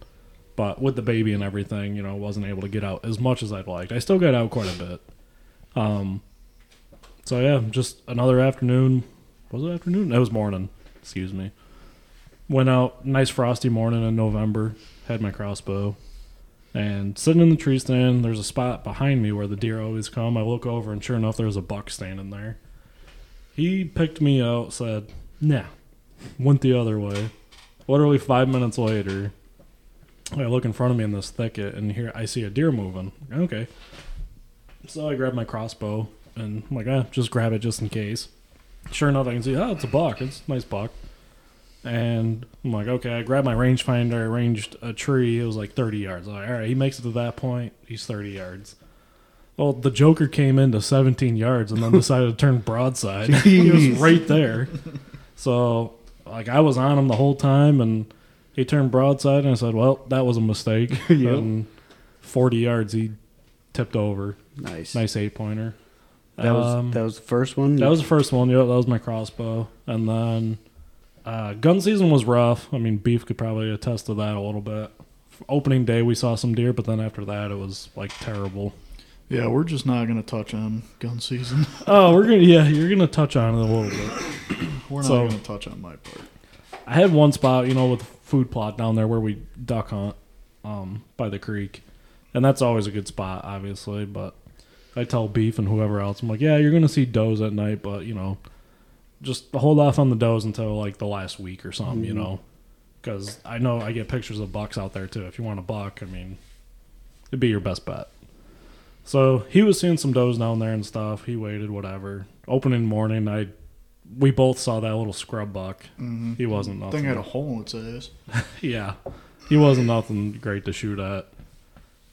Speaker 2: But with the baby and everything, you know, wasn't able to get out as much as I'd liked. I still got out quite a bit. Um, so yeah, just another afternoon. Was it afternoon? It was morning. Excuse me. Went out, nice frosty morning in November. Had my crossbow, and sitting in the tree stand. There's a spot behind me where the deer always come. I look over, and sure enough, there's a buck standing there. He picked me out, said, "Nah," went the other way. Literally five minutes later, I look in front of me in this thicket, and here I see a deer moving. Okay, so I grab my crossbow and I'm like, ah, just grab it just in case. Sure enough, I can see, oh, it's a buck. It's a nice buck. And I'm like, okay, I grabbed my rangefinder, I ranged a tree. It was like 30 yards. I'm like, all right, he makes it to that point. He's 30 yards. Well, the Joker came into 17 yards and then decided to turn broadside. he was right there. So, like, I was on him the whole time and he turned broadside and I said, well, that was a mistake. And 40 yards, he tipped over.
Speaker 1: nice.
Speaker 2: Nice eight pointer.
Speaker 1: That was
Speaker 2: Um,
Speaker 1: that was the first one.
Speaker 2: that was the first one. Yeah, that was my crossbow. And then uh, gun season was rough. I mean, Beef could probably attest to that a little bit. Opening day, we saw some deer, but then after that, it was like terrible.
Speaker 4: Yeah, we're just not going to touch on gun season.
Speaker 2: Oh, we're gonna yeah, you're gonna touch on it a little bit.
Speaker 4: We're not
Speaker 2: So-
Speaker 4: going to touch on my part.
Speaker 2: I had one spot, you know, with food plot down there where we duck hunt um, by the creek, and that's always a good spot, obviously. But I tell Beef and whoever else, I'm like, yeah, you're gonna see does at night, but you know, just hold off on the does until like the last week or something, you know, because I know I get pictures of bucks out there too. If you want a buck, I mean, it'd be your best bet. So he was seeing some does down there and stuff. He waited, whatever. Opening morning, I we both saw that little scrub buck.
Speaker 4: Mhm.
Speaker 2: He wasn't
Speaker 4: Thing
Speaker 2: nothing.
Speaker 4: had a hole in its ass.
Speaker 2: Yeah. He wasn't nothing great to shoot at.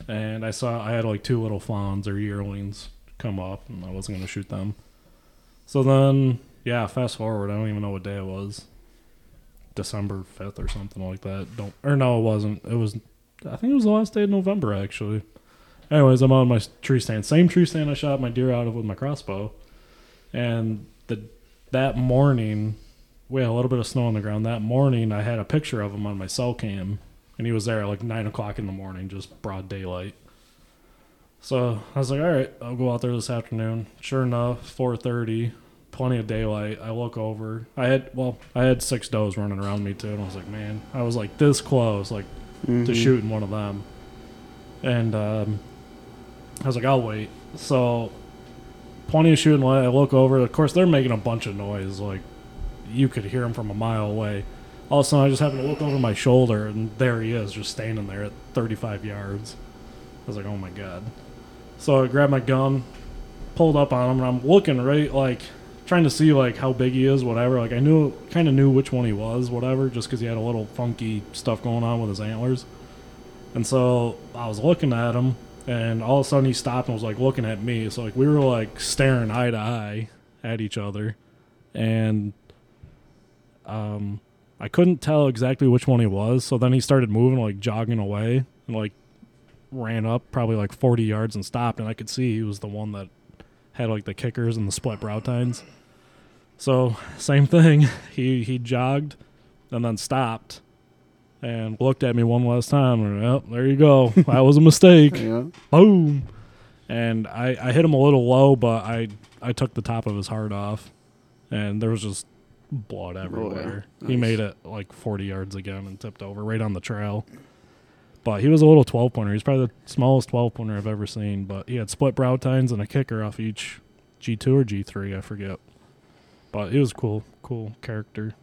Speaker 2: And I saw I had like two little fawns or yearlings come up and I wasn't gonna shoot them. So then yeah, fast forward, I don't even know what day it was. December fifth or something like that. Don't or no it wasn't. It was I think it was the last day of November actually. Anyways, I'm on my s- tree stand. Same tree stand I shot my deer out of with my crossbow. And the that morning we had a little bit of snow on the ground that morning i had a picture of him on my cell cam and he was there at like 9 o'clock in the morning just broad daylight so i was like all right i'll go out there this afternoon sure enough 4.30 plenty of daylight i look over i had well i had six does running around me too and i was like man i was like this close like
Speaker 1: Mm-hmm.
Speaker 2: to shooting one of them and um, i was like i'll wait so plenty of shooting light i look over of course they're making a bunch of noise like you could hear him from a mile away. All of a sudden, I just happened to look over my shoulder, and there he is, just standing there at 35 yards. I was like, oh my god. So I grabbed my gun, pulled up on him, and I'm looking right, like, trying to see, like, how big he is, whatever. Like, I knew, kind of knew which one he was, whatever, just because he had a little funky stuff going on with his antlers. And so I was looking at him, and all of a sudden he stopped and was, like, looking at me. So, like, we were, like, staring eye to eye at each other. And um, I couldn't tell exactly which one he was. So then he started moving, like jogging away, and like ran up probably like 40 yards and stopped. And I could see he was the one that had like the kickers and the split brow tines. So same thing. He he jogged and then stopped and looked at me one last time. And, oh, there you go. That was a mistake.
Speaker 1: Yeah.
Speaker 2: Boom. And I, I hit him a little low, but I, I took the top of his heart off, and there was just blood everywhere. He
Speaker 1: Nice.
Speaker 2: made it like 40 yards again and tipped over right on the trail. But he was a little 12 pointer. He's probably the smallest 12 pointer I've ever seen. But he had split brow tines and a kicker off each G2 or G3, I forget. But he was cool, cool character.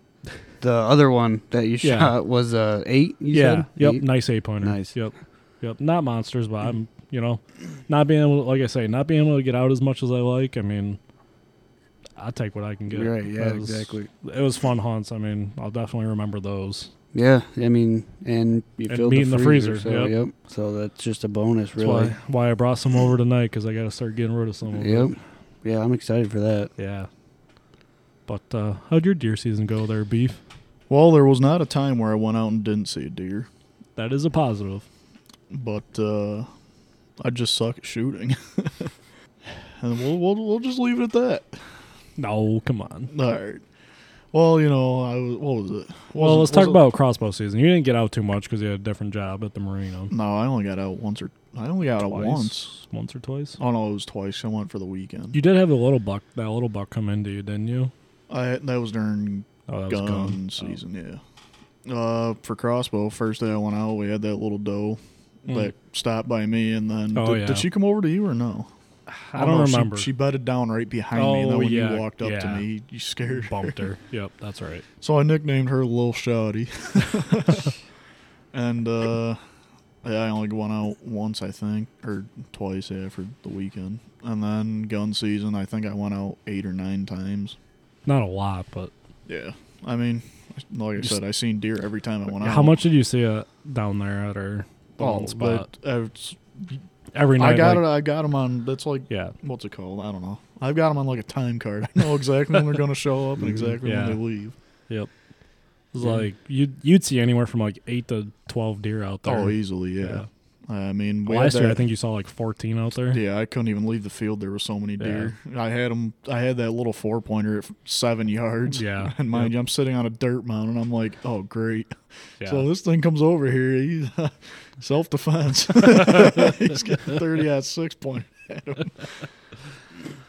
Speaker 1: The other one that you
Speaker 2: Yeah.
Speaker 1: shot was uh eight. You
Speaker 2: yeah.
Speaker 1: Said?
Speaker 2: Yep.
Speaker 1: Eight?
Speaker 2: Nice eight pointer.
Speaker 1: Nice.
Speaker 2: Yep. Yep. Not monsters, but I'm you know, not being able like I say, not being able to get out as much as I like. I mean, I take what I can get.
Speaker 1: Right. Yeah.
Speaker 2: Mm-hmm. That was-
Speaker 1: Exactly.
Speaker 2: It was fun hunts. I mean, I'll definitely remember those.
Speaker 1: Yeah. I mean, and you
Speaker 2: And
Speaker 1: filled
Speaker 2: meat
Speaker 1: the
Speaker 2: in the
Speaker 1: freezer.
Speaker 2: freezer,
Speaker 1: So,
Speaker 2: yep.
Speaker 1: yep. So that's just a bonus,
Speaker 2: That's
Speaker 1: really.
Speaker 2: why Oh, why I brought some over tonight because I got to start getting rid of some. of
Speaker 1: Yep.
Speaker 2: it.
Speaker 1: Yeah, I'm excited for that.
Speaker 2: Yeah. But uh, how'd your deer season go there, beef?
Speaker 4: Well, there was not a time where I went out and didn't see a deer,
Speaker 2: That is a positive.
Speaker 4: but uh, I just suck at shooting. and we'll, we'll we'll just leave it at that.
Speaker 2: No, come on.
Speaker 4: All right. Well, you know, I was, what was it?
Speaker 2: Well,
Speaker 4: Wasn't-
Speaker 2: let's talk
Speaker 4: wasn't-
Speaker 2: about crossbow season. You didn't get out too much because you had a different job at the merino.
Speaker 4: No, I only got out once or I only got out
Speaker 2: Twice.
Speaker 4: once.
Speaker 2: Once or twice.
Speaker 4: Oh no, it was twice. I went for the weekend.
Speaker 2: You did have the little buck, that little buck come into you, didn't you?
Speaker 4: I that was during
Speaker 2: Oh, that
Speaker 4: gun,
Speaker 2: gone.
Speaker 4: season. Yeah. Uh, for crossbow, first day I went out, we had that little doe
Speaker 2: Mm.
Speaker 4: that stopped by me, and then
Speaker 2: Oh,
Speaker 4: did,
Speaker 2: yeah.
Speaker 4: did she come over to you or no?
Speaker 2: I
Speaker 4: Oh,
Speaker 2: don't
Speaker 4: no, she-
Speaker 2: remember.
Speaker 4: She, bedded down right behind me, and
Speaker 2: Oh,
Speaker 4: then when
Speaker 2: yeah,
Speaker 4: you walked up to
Speaker 2: yeah.
Speaker 4: me, you scared her.
Speaker 2: bumped her. Yep, that's right.
Speaker 4: So I nicknamed her Lil Shawty. and uh, yeah, I only went out once, I think, or twice after the weekend. And then gun season, I think I went out eight or nine times.
Speaker 2: Not a lot, but
Speaker 4: Yeah. I mean, like I
Speaker 2: Just-
Speaker 4: said, I seen deer every time I went out.
Speaker 2: how much did you see uh, down there at our the
Speaker 4: Oh,
Speaker 2: one spot?
Speaker 4: but I've-
Speaker 2: Every night.
Speaker 4: I got
Speaker 2: like-
Speaker 4: it. I got them on. That's like
Speaker 2: Yeah,
Speaker 4: what's it called? I don't know. I've got them on like a time card. I know exactly when they're going to show up and
Speaker 1: Mhm.
Speaker 2: Mm-hmm.
Speaker 4: exactly
Speaker 2: Yeah.
Speaker 4: when they leave.
Speaker 2: yep. It was
Speaker 1: Yeah.
Speaker 2: like you'd you'd see anywhere from like eight to twelve deer out there.
Speaker 4: Oh, easily, yeah. I mean, we had
Speaker 2: Last year, I
Speaker 4: that-
Speaker 2: think you saw like fourteen out there.
Speaker 4: Yeah, I couldn't even leave the field. There were so many deer. I had 'em- I had that little four pointer at seven yards.
Speaker 2: Yeah.
Speaker 4: and mind you, I'm sitting on a dirt mound, and I'm like, oh great.
Speaker 2: Yeah.
Speaker 4: So this thing comes over here. He's self defense. he's got thirty out six point. At him.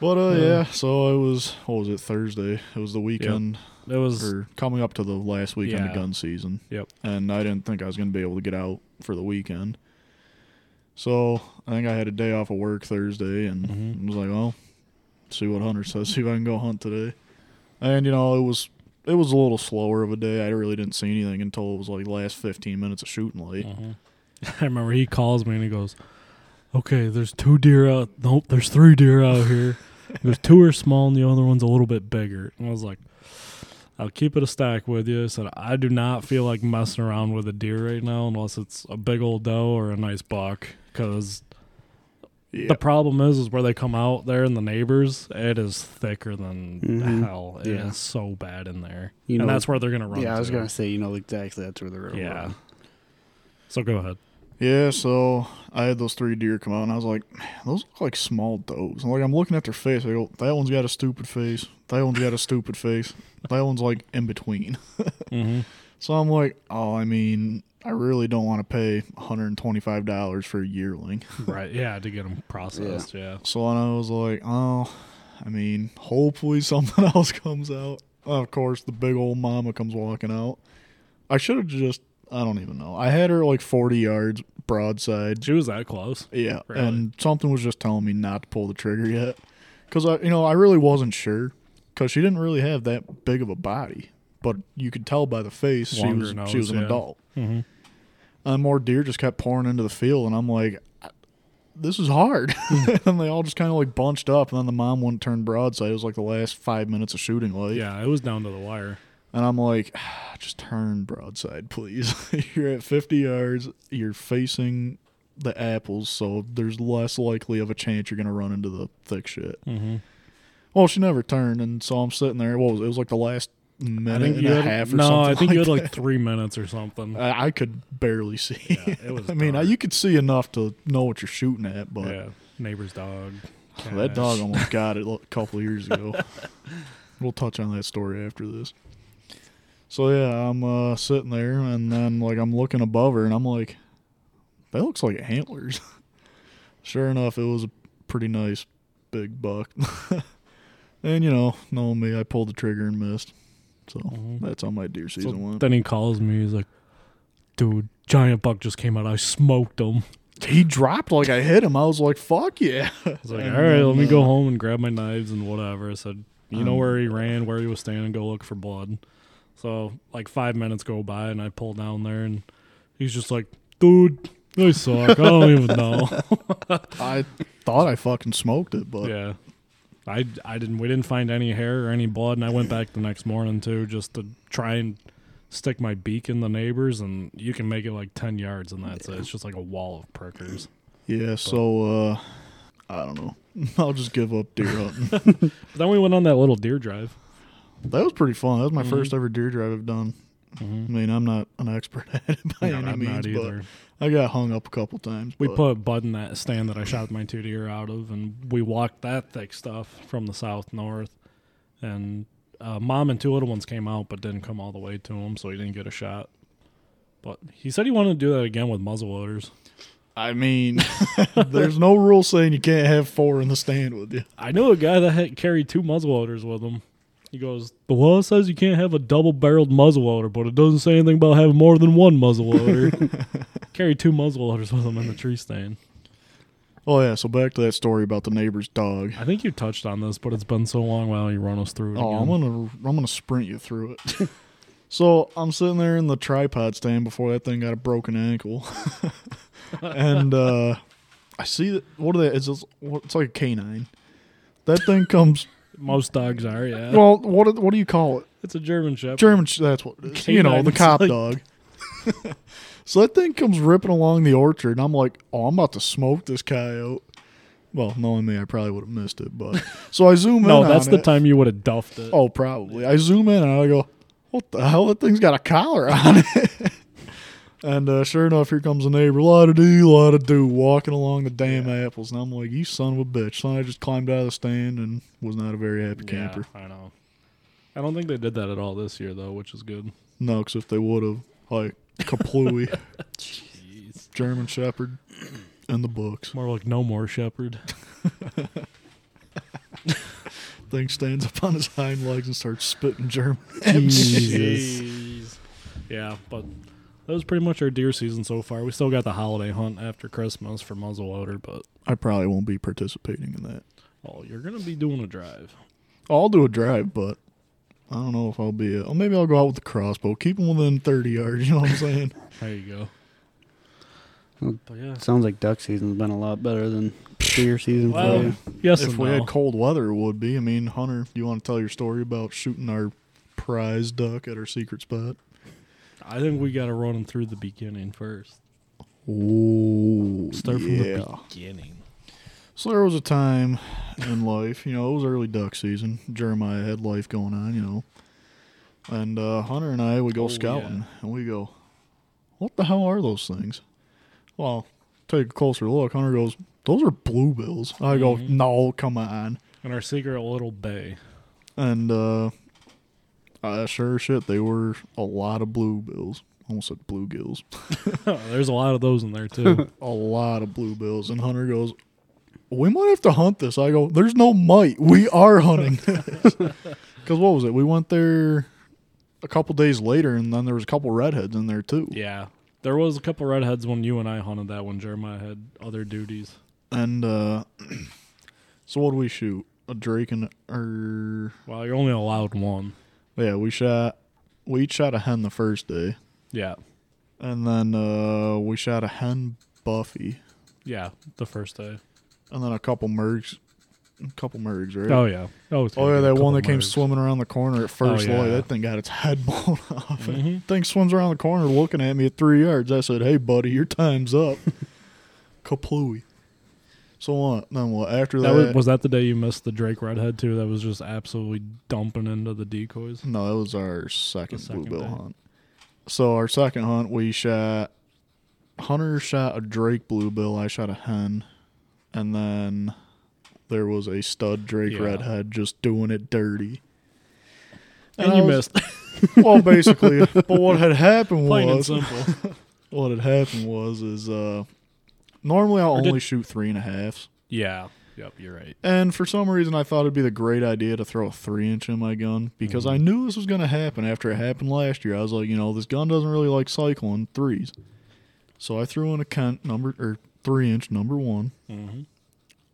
Speaker 4: But uh, yeah, so it was what was it Thursday? It was the weekend
Speaker 2: it was
Speaker 4: or coming up to the last weekend
Speaker 2: Yeah.
Speaker 4: of gun season.
Speaker 2: Yep.
Speaker 4: And I didn't think I was going to be able to get out for the weekend. So I think I had a day off of work Thursday and
Speaker 2: Mhm.
Speaker 4: I was like, well, see what Hunter says, see if I can go hunt today. And, you know, it was. It was a little slower of a day. I really didn't see anything until it was like last 15 minutes of shooting light.
Speaker 2: Mhm. I remember he calls me and he goes, "Okay, there's two deer out. Nope, there's three deer out here. there's two are small and the other one's a little bit bigger." And I was like, "I'll keep it a stack with you." I said, "I do not feel like messing around with a deer right now unless it's a big old doe or a nice buck because."
Speaker 4: Yeah.
Speaker 2: The problem is, is where they come out there in the neighbors. It is thicker than
Speaker 1: Mhm.
Speaker 2: hell. It is
Speaker 1: Yeah.
Speaker 2: so bad in there,
Speaker 1: You
Speaker 2: and
Speaker 1: know-
Speaker 2: that's where they're gonna run.
Speaker 1: yeah, I was
Speaker 2: to.
Speaker 1: gonna say, you know, exactly that's where they're gonna
Speaker 2: Yeah.
Speaker 1: run.
Speaker 2: So go ahead.
Speaker 4: Yeah, so I had those three deer come out, and I was like, man, those look like small does. And like I'm looking at their face, I go, that one's got a stupid face. That one's got a stupid face. That one's like in between.
Speaker 2: hmm
Speaker 4: So I'm like, oh, I mean, I really don't want to pay $125 for a yearling.
Speaker 2: right. Yeah, to get them processed. Yeah.
Speaker 4: So then I was like, oh, I mean, hopefully something else comes out. Of course, the big old mama comes walking out. I should have just, I don't even know. I had her like 40 yards broadside.
Speaker 2: She was that close.
Speaker 4: Yeah,
Speaker 2: Really?
Speaker 4: and something was just telling me not to pull the trigger yet, because I, you know, I really wasn't sure, because she didn't really have that big of a body, but you could tell by the face
Speaker 2: Longer
Speaker 4: she was
Speaker 2: nose,
Speaker 4: she was an
Speaker 2: yeah.
Speaker 4: adult.
Speaker 2: Mm-hmm.
Speaker 4: And more deer just kept pouring into the field, and I'm like, this is hard. and they all just kind of like bunched up, and then the mom wouldn't turn broadside. It was like the last five minutes of shooting light,
Speaker 2: Yeah, it was down to the wire.
Speaker 4: and I'm like, just turn broadside, please. you're at 50 yards. You're facing the apples, so there's less likely of a chance you're going to run into the thick shit.
Speaker 2: Mm-hmm.
Speaker 4: Well, she never turned, and so I'm sitting there. What was it? It was like the last minute and
Speaker 2: you
Speaker 4: a
Speaker 2: had,
Speaker 4: half or
Speaker 2: no,
Speaker 4: something.
Speaker 2: I think
Speaker 4: like
Speaker 2: you had like
Speaker 4: that.
Speaker 2: three minutes or something.
Speaker 4: I, I could barely see.
Speaker 2: Yeah, it was
Speaker 4: I mean, I,
Speaker 2: dark.
Speaker 4: you could see enough to know what you're shooting at, but
Speaker 2: yeah, neighbor's dog. cat.
Speaker 4: that dog almost got it a couple of years ago. we'll touch on that story after this. So yeah, I'm uh, sitting there, and then like I'm looking above her, and I'm like, that looks like antlers. sure enough, it was a pretty nice big buck. and you know, knowing me, I pulled the trigger and missed. So
Speaker 2: Mhm.
Speaker 4: that's how my deer season
Speaker 2: So
Speaker 4: went.
Speaker 2: then he calls me. He's like, "Dude, giant buck just came out. I smoked him."
Speaker 4: he dropped like I hit him. I was like, "Fuck yeah!"
Speaker 2: I was like,
Speaker 4: And
Speaker 2: "All right,
Speaker 4: then,
Speaker 2: let me go
Speaker 4: uh,
Speaker 2: home and grab my knives and whatever." I said, "You know
Speaker 4: Um,
Speaker 2: where he ran, where he was standing. Go look for blood." So like five minutes go by, and I pull down there, and he's just like, "Dude, I suck. I don't even know."
Speaker 4: I thought I fucking smoked it, but
Speaker 2: yeah. I, I didn't we didn't find any hair or any blood and I went back the next morning too just to try and stick my beak in the neighbors and you can make it like 10 yards and that's it it's just like a wall of prickers
Speaker 4: yeah. So uh, I don't know. I'll just give up deer hunting.
Speaker 2: but then we went on that little deer drive
Speaker 4: That was pretty fun. That was my
Speaker 2: Mhm.
Speaker 4: first ever deer drive I've done. I
Speaker 2: Mhm.
Speaker 4: mean, I'm not an expert at it by
Speaker 2: No,
Speaker 4: any
Speaker 2: I'm
Speaker 4: means,
Speaker 2: not
Speaker 4: but
Speaker 2: either
Speaker 4: I got hung up a couple times.
Speaker 2: we
Speaker 4: but-
Speaker 2: put bud in that stand that I shot my two deer out of and we walked that thick stuff from the south north and uh, mom and two little ones came out but didn't come all the way to him so he didn't get a shot but he said he wanted to do that again with muzzle loaders
Speaker 4: I mean, there's no rule saying you can't have four in the stand with you.
Speaker 2: I know a guy that had carried two muzzleloaders with him. He goes, the law says you can't have a double-barreled muzzleloader, but it doesn't say anything about having more than one muzzleloader. Carry two muzzleloaders with him in the tree stand.
Speaker 4: Oh yeah. So back to that story about the neighbor's dog.
Speaker 2: I think you touched on this, but it's been so long. Why don't you run us through it?
Speaker 4: Oh, I'm
Speaker 2: again?
Speaker 4: gonna I'm gonna sprint you through it. so I'm sitting there in the tripod stand before that thing got a broken ankle, and uh, I see that what are they? It's just, what, it's like a canine. That thing comes.
Speaker 2: Most dogs are, yeah.
Speaker 4: Well, what do- what do you call it?
Speaker 2: it's a German Shepherd.
Speaker 4: German. sh- That's what it is. You know,
Speaker 2: Canine,
Speaker 4: the
Speaker 2: it's
Speaker 4: cop
Speaker 2: like-
Speaker 4: dog. so that thing comes ripping along the orchard, and I'm like, oh, I'm about to smoke this coyote. Well, knowing me, I probably would have missed it, but so I zoom
Speaker 2: no,
Speaker 4: in.
Speaker 2: that's
Speaker 4: on
Speaker 2: the
Speaker 4: it.
Speaker 2: time you would have duffed it.
Speaker 4: Oh, probably. I zoom in and I go, "What the hell? That thing's got a collar on it." and uh, sure enough, here comes a neighbor, lot of do, lot of do, walking along the damn apples, and I'm like, "You son of a bitch!" So I just climbed out of the stand and was not a very happy
Speaker 2: yeah,
Speaker 4: camper.
Speaker 2: I know. I don't think they did that at all this year, though, which is good.
Speaker 4: No, 'cause if they would have, like kaplooey, German Shepherd, in the books,
Speaker 2: More like no more shepherd.
Speaker 4: thing stands up on his hind legs and starts spitting German.
Speaker 2: Jesus. Yeah, but that was pretty much our deer season so far. We still got the holiday hunt after Christmas for muzzleloader, but
Speaker 4: I probably won't be participating in that.
Speaker 2: oh, you're gonna be doing a drive.
Speaker 4: Oh, I'll do a drive, but I don't know if I'll be. Or maybe I'll go out with the crossbow. Keep them within thirty yards. You know what I'm saying?
Speaker 2: There you
Speaker 1: Hmm.
Speaker 2: go. But yeah,
Speaker 1: Sounds like duck season's been a lot better than deer season
Speaker 2: Well,
Speaker 1: for you.
Speaker 2: yes
Speaker 4: if
Speaker 2: and
Speaker 4: we
Speaker 2: no.
Speaker 4: had cold weather, it would be. I mean, Hunter, if you want to tell your story about shooting our prize duck at our secret spot?
Speaker 2: I think we got to run 'em through the beginning first.
Speaker 4: Ooh,
Speaker 2: Start from
Speaker 4: yeah.
Speaker 2: the beginning.
Speaker 4: So there was a time in life, you know, it was early duck season. Jeremiah had life going on, you know. And uh, Hunter and I would go
Speaker 2: Oh,
Speaker 4: scouting, and we go, "What the hell are those things?" Well, take a closer look. Hunter goes, "Those are bluebills." I go,
Speaker 2: Mhm.
Speaker 4: "No, come on."
Speaker 2: In our secret little bay.
Speaker 4: And uh, I sure as shit, they were a lot of bluebills. Almost said bluegills.
Speaker 2: There's a lot of those in there too.
Speaker 4: a lot of bluebills. And Hunter goes, We might have to hunt this. I go, There's no might. We are hunting this. Because what was it? We went there a couple days later, and then there was a couple redheads in there too.
Speaker 2: yeah. There was a couple redheads when you and I hunted that one. Jeremiah had other duties.
Speaker 4: And uh, so what did we shoot? A drake and or
Speaker 2: Well, you're only allowed one.
Speaker 4: yeah, we shot. We each shot a hen the first day,
Speaker 2: Yeah.
Speaker 4: and then uh, we shot a hen Buffy,
Speaker 2: Yeah. The first day.
Speaker 4: and then a couple mergs, a couple mergs, right?
Speaker 2: Oh yeah. Oh, it's
Speaker 4: Oh
Speaker 2: gonna be
Speaker 4: yeah,
Speaker 2: a
Speaker 4: that one
Speaker 2: couple
Speaker 4: that came
Speaker 2: mergs.
Speaker 4: swimming around the corner at first
Speaker 2: Oh, yeah.
Speaker 4: light. That thing got its head blown off.
Speaker 2: Mhm.
Speaker 4: Thing swims around the corner looking at me at three yards. I said, "Hey, buddy, your time's up." Kaplooey. So what? Then what? After that,
Speaker 2: That was, was that the day you missed the Drake redhead too? That was just absolutely dumping into the decoys.
Speaker 4: no, that was our second,
Speaker 2: second
Speaker 4: bluebill
Speaker 2: day.
Speaker 4: hunt. So our second hunt, we shot. Hunter shot a drake bluebill. I shot a hen, and then there was a stud drake
Speaker 2: Yeah.
Speaker 4: redhead just doing it dirty.
Speaker 2: And,
Speaker 4: I
Speaker 2: you
Speaker 4: was-
Speaker 2: missed.
Speaker 4: Well, basically, but what had happened
Speaker 2: Plain and
Speaker 4: was
Speaker 2: simple.
Speaker 4: what had happened was is uh, normally I'll
Speaker 2: Or did-
Speaker 4: only shoot three and a halves,
Speaker 2: yeah. Yep, you're right.
Speaker 4: and for some reason I thought it'd be the great idea to throw a three inch in my gun because I knew this was going to happen after it happened last year. I was like, you know, this gun doesn't really like cycling threes, so I threw in a cunt number or three inch number one,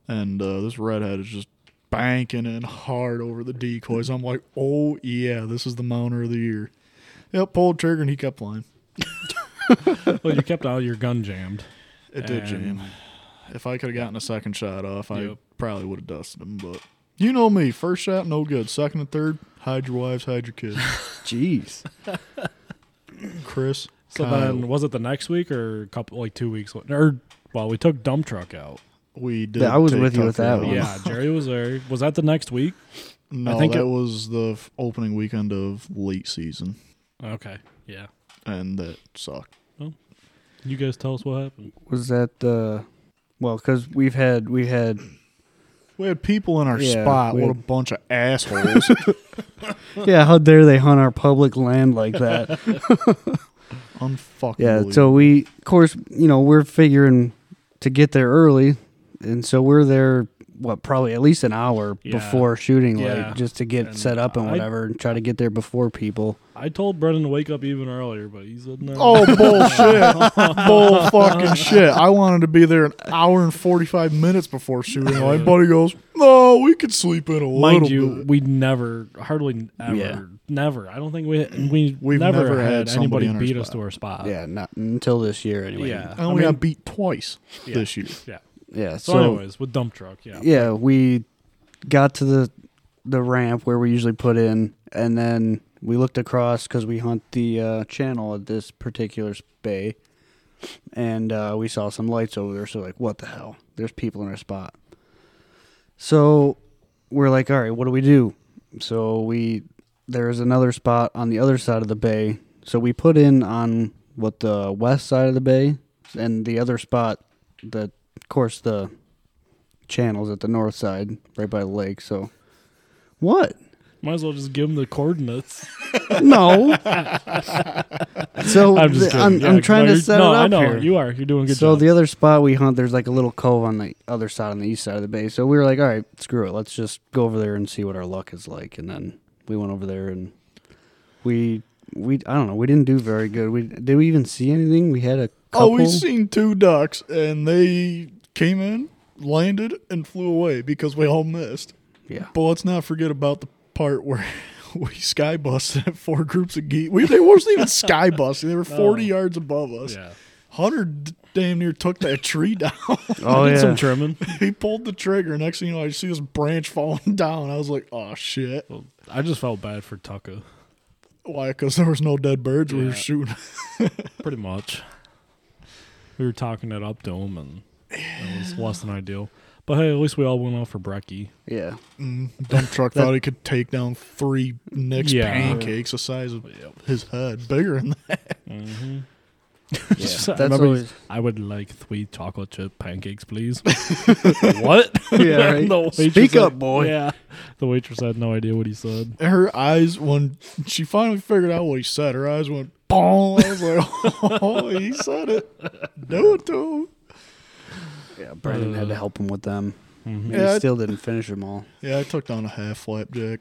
Speaker 4: and uh, this redhead is just banking in hard over the decoys. I'm like, oh yeah, this is the mounter of the year. Yep, pulled trigger and he kept flying.
Speaker 2: Well, you kept all your gun jammed.
Speaker 4: It did
Speaker 2: And-
Speaker 4: jam. If I could have gotten a second shot off, I
Speaker 2: Yep.
Speaker 4: probably would have dusted him. But you know me, first shot no good. Second and third, hide your wives, hide your kids.
Speaker 1: Jeez.
Speaker 4: Chris,
Speaker 2: So
Speaker 4: Kyle,
Speaker 2: then, was it the next week or a couple, like two weeks? Or well, we took dump truck out.
Speaker 4: we did.
Speaker 1: I was
Speaker 4: take
Speaker 1: with you with
Speaker 4: Tucker
Speaker 1: that
Speaker 4: out.
Speaker 1: one.
Speaker 2: Yeah, Jerry was there. Was that the next week?
Speaker 4: no,
Speaker 2: I think
Speaker 4: that
Speaker 2: it-
Speaker 4: was the f- opening weekend of late season,
Speaker 2: Okay. Yeah.
Speaker 4: and that sucked.
Speaker 2: You guys tell us what happened.
Speaker 1: Was that the? Well, because we've had we had
Speaker 4: We had people in our
Speaker 1: Yeah,
Speaker 4: spot.
Speaker 1: we
Speaker 4: What a
Speaker 1: had-
Speaker 4: bunch of assholes!
Speaker 1: yeah. How dare they hunt our public land like that?
Speaker 4: Unfucking
Speaker 1: Yeah, so we, of course, you know, we're figuring to get there early, and so we're there. What probably at least an hour
Speaker 2: Yeah.
Speaker 1: before shooting,
Speaker 2: Yeah.
Speaker 1: like just to get
Speaker 2: And
Speaker 1: set up and
Speaker 2: I-
Speaker 1: whatever, and try to get there before people.
Speaker 2: I told Brennan to wake up even earlier, but he said no.
Speaker 4: Oh bullshit! Bull fucking shit! I wanted to be there an hour and forty five minutes before shooting. My buddy goes, "No, we could sleep in a
Speaker 2: mind
Speaker 4: little
Speaker 2: you,
Speaker 4: bit."
Speaker 2: we never, hardly ever,
Speaker 1: Yeah.
Speaker 2: never. I don't think we we
Speaker 4: We've
Speaker 2: never,
Speaker 4: never had
Speaker 2: had,
Speaker 4: somebody
Speaker 2: anybody beat
Speaker 4: in our
Speaker 2: us
Speaker 4: spot.
Speaker 2: to our spot.
Speaker 1: Yeah, not until this year anyway.
Speaker 2: Uh, Yeah.
Speaker 4: I
Speaker 2: I
Speaker 4: only
Speaker 2: mean-
Speaker 4: got beat twice
Speaker 2: Yeah.
Speaker 4: this year.
Speaker 2: Yeah.
Speaker 1: yeah.
Speaker 2: So,
Speaker 1: So,
Speaker 2: anyways, with dump truck, yeah.
Speaker 1: yeah, we got to the the ramp where we usually put in, and then we looked across because we hunt the uh, channel at this particular s- bay, and uh, we saw some lights over there. So like, what the hell? There's people in our spot. So we're like, all right, what do we do? So we there's another spot on the other side of the bay. So we put in on what the west side of the bay, and the other spot, the of course the channels at the north side, right by the lake. So, what?
Speaker 2: Might as well just give him the coordinates.
Speaker 1: No. so
Speaker 2: I'm just
Speaker 1: the- I'm,
Speaker 2: kidding.
Speaker 1: I'm
Speaker 2: Yeah,
Speaker 1: trying
Speaker 2: no,
Speaker 1: to
Speaker 2: you're-
Speaker 1: set
Speaker 2: no,
Speaker 1: it up
Speaker 2: I know
Speaker 1: here.
Speaker 2: you are. You're doing a good.
Speaker 1: so
Speaker 2: job.
Speaker 1: the other spot we hunt, there's like a little cove on the other side, on the east side of the bay. So we were like, all right, screw it, let's just go over there and see what our luck is like. And then we went over there and we we I don't know, we didn't do very good. We did we even see anything? We had a couple.
Speaker 4: Oh, we seen two ducks, and they came in, landed, and flew away because we all missed.
Speaker 1: yeah.
Speaker 4: But let's not forget about the part where we sky busted at four groups of geese. We, they wasn't even sky busting; they were forty yards above us.
Speaker 2: yeah.
Speaker 4: Hunter d- damn near took that tree down.
Speaker 1: Oh
Speaker 2: I did
Speaker 1: yeah.
Speaker 2: some trimming.
Speaker 4: he pulled the trigger. Next thing you know, I see this branch falling down. I was like, oh shit.
Speaker 2: Well, I just felt bad for Tucker,
Speaker 4: Why? Because there was no dead birds we
Speaker 2: Yeah.
Speaker 4: were shooting.
Speaker 2: pretty much. We were talking it up to him, and it was less than ideal. But hey, at least we all went off for brekkie.
Speaker 1: yeah.
Speaker 4: Dump truck thought he could take down three Nick's
Speaker 2: Yeah.
Speaker 4: pancakes the size of his head, bigger than that.
Speaker 2: Mm-hmm.
Speaker 1: yeah. That's
Speaker 2: Remember,
Speaker 1: always
Speaker 2: I would like three chocolate chip pancakes, please. what?
Speaker 1: Yeah, right.
Speaker 2: The waitress
Speaker 1: Speak
Speaker 2: had-
Speaker 1: up, boy.
Speaker 2: Yeah. The waitress had no idea what he said.
Speaker 4: Her eyes, when she finally figured out what he said, her eyes went boom. I was like, oh, he said it. Do it to him.
Speaker 1: yeah, Brandon had to help him with them. And
Speaker 2: Mm-hmm.
Speaker 4: Yeah, I-
Speaker 1: he still didn't finish them all.
Speaker 4: Yeah, I took down a half flapjack.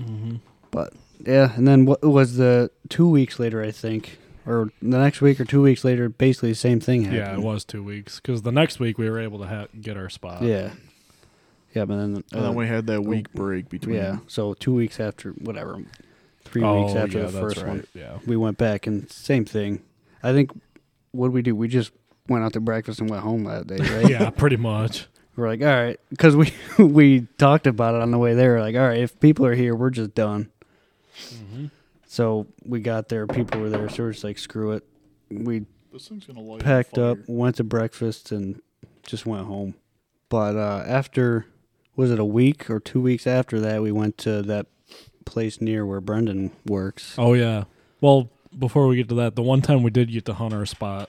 Speaker 2: Mm-hmm.
Speaker 1: But yeah, and then what was the two weeks later? I think, or the next week or two weeks later, basically the same thing happened.
Speaker 2: Yeah, it was two weeks because the next week we were able to ha- get our spot.
Speaker 1: Yeah, yeah, but then,
Speaker 4: And then
Speaker 1: uh,
Speaker 4: we had that week break between.
Speaker 1: yeah. So two weeks after, whatever, three
Speaker 2: Oh,
Speaker 1: weeks after
Speaker 2: yeah,
Speaker 1: the
Speaker 2: that's
Speaker 1: first one,
Speaker 2: right, Yeah.
Speaker 1: we went back and same thing. I think what did we do? We just went out to breakfast and went home that day, right?
Speaker 2: yeah, pretty much.
Speaker 1: We're like, all right, because we we talked about it on the way there. Like, all right, if people are here, we're just done. Mm-hmm. So we got there, people were there, so we're just like, screw it. We
Speaker 4: This thing's gonna light on
Speaker 1: packed up,
Speaker 4: fire.
Speaker 1: went to breakfast, and just went home. But uh, after, was it a week or two weeks after that, we went to that place near where Brendan works.
Speaker 2: Oh yeah. Well, before we get to that, the one time we did get to hunt our spot,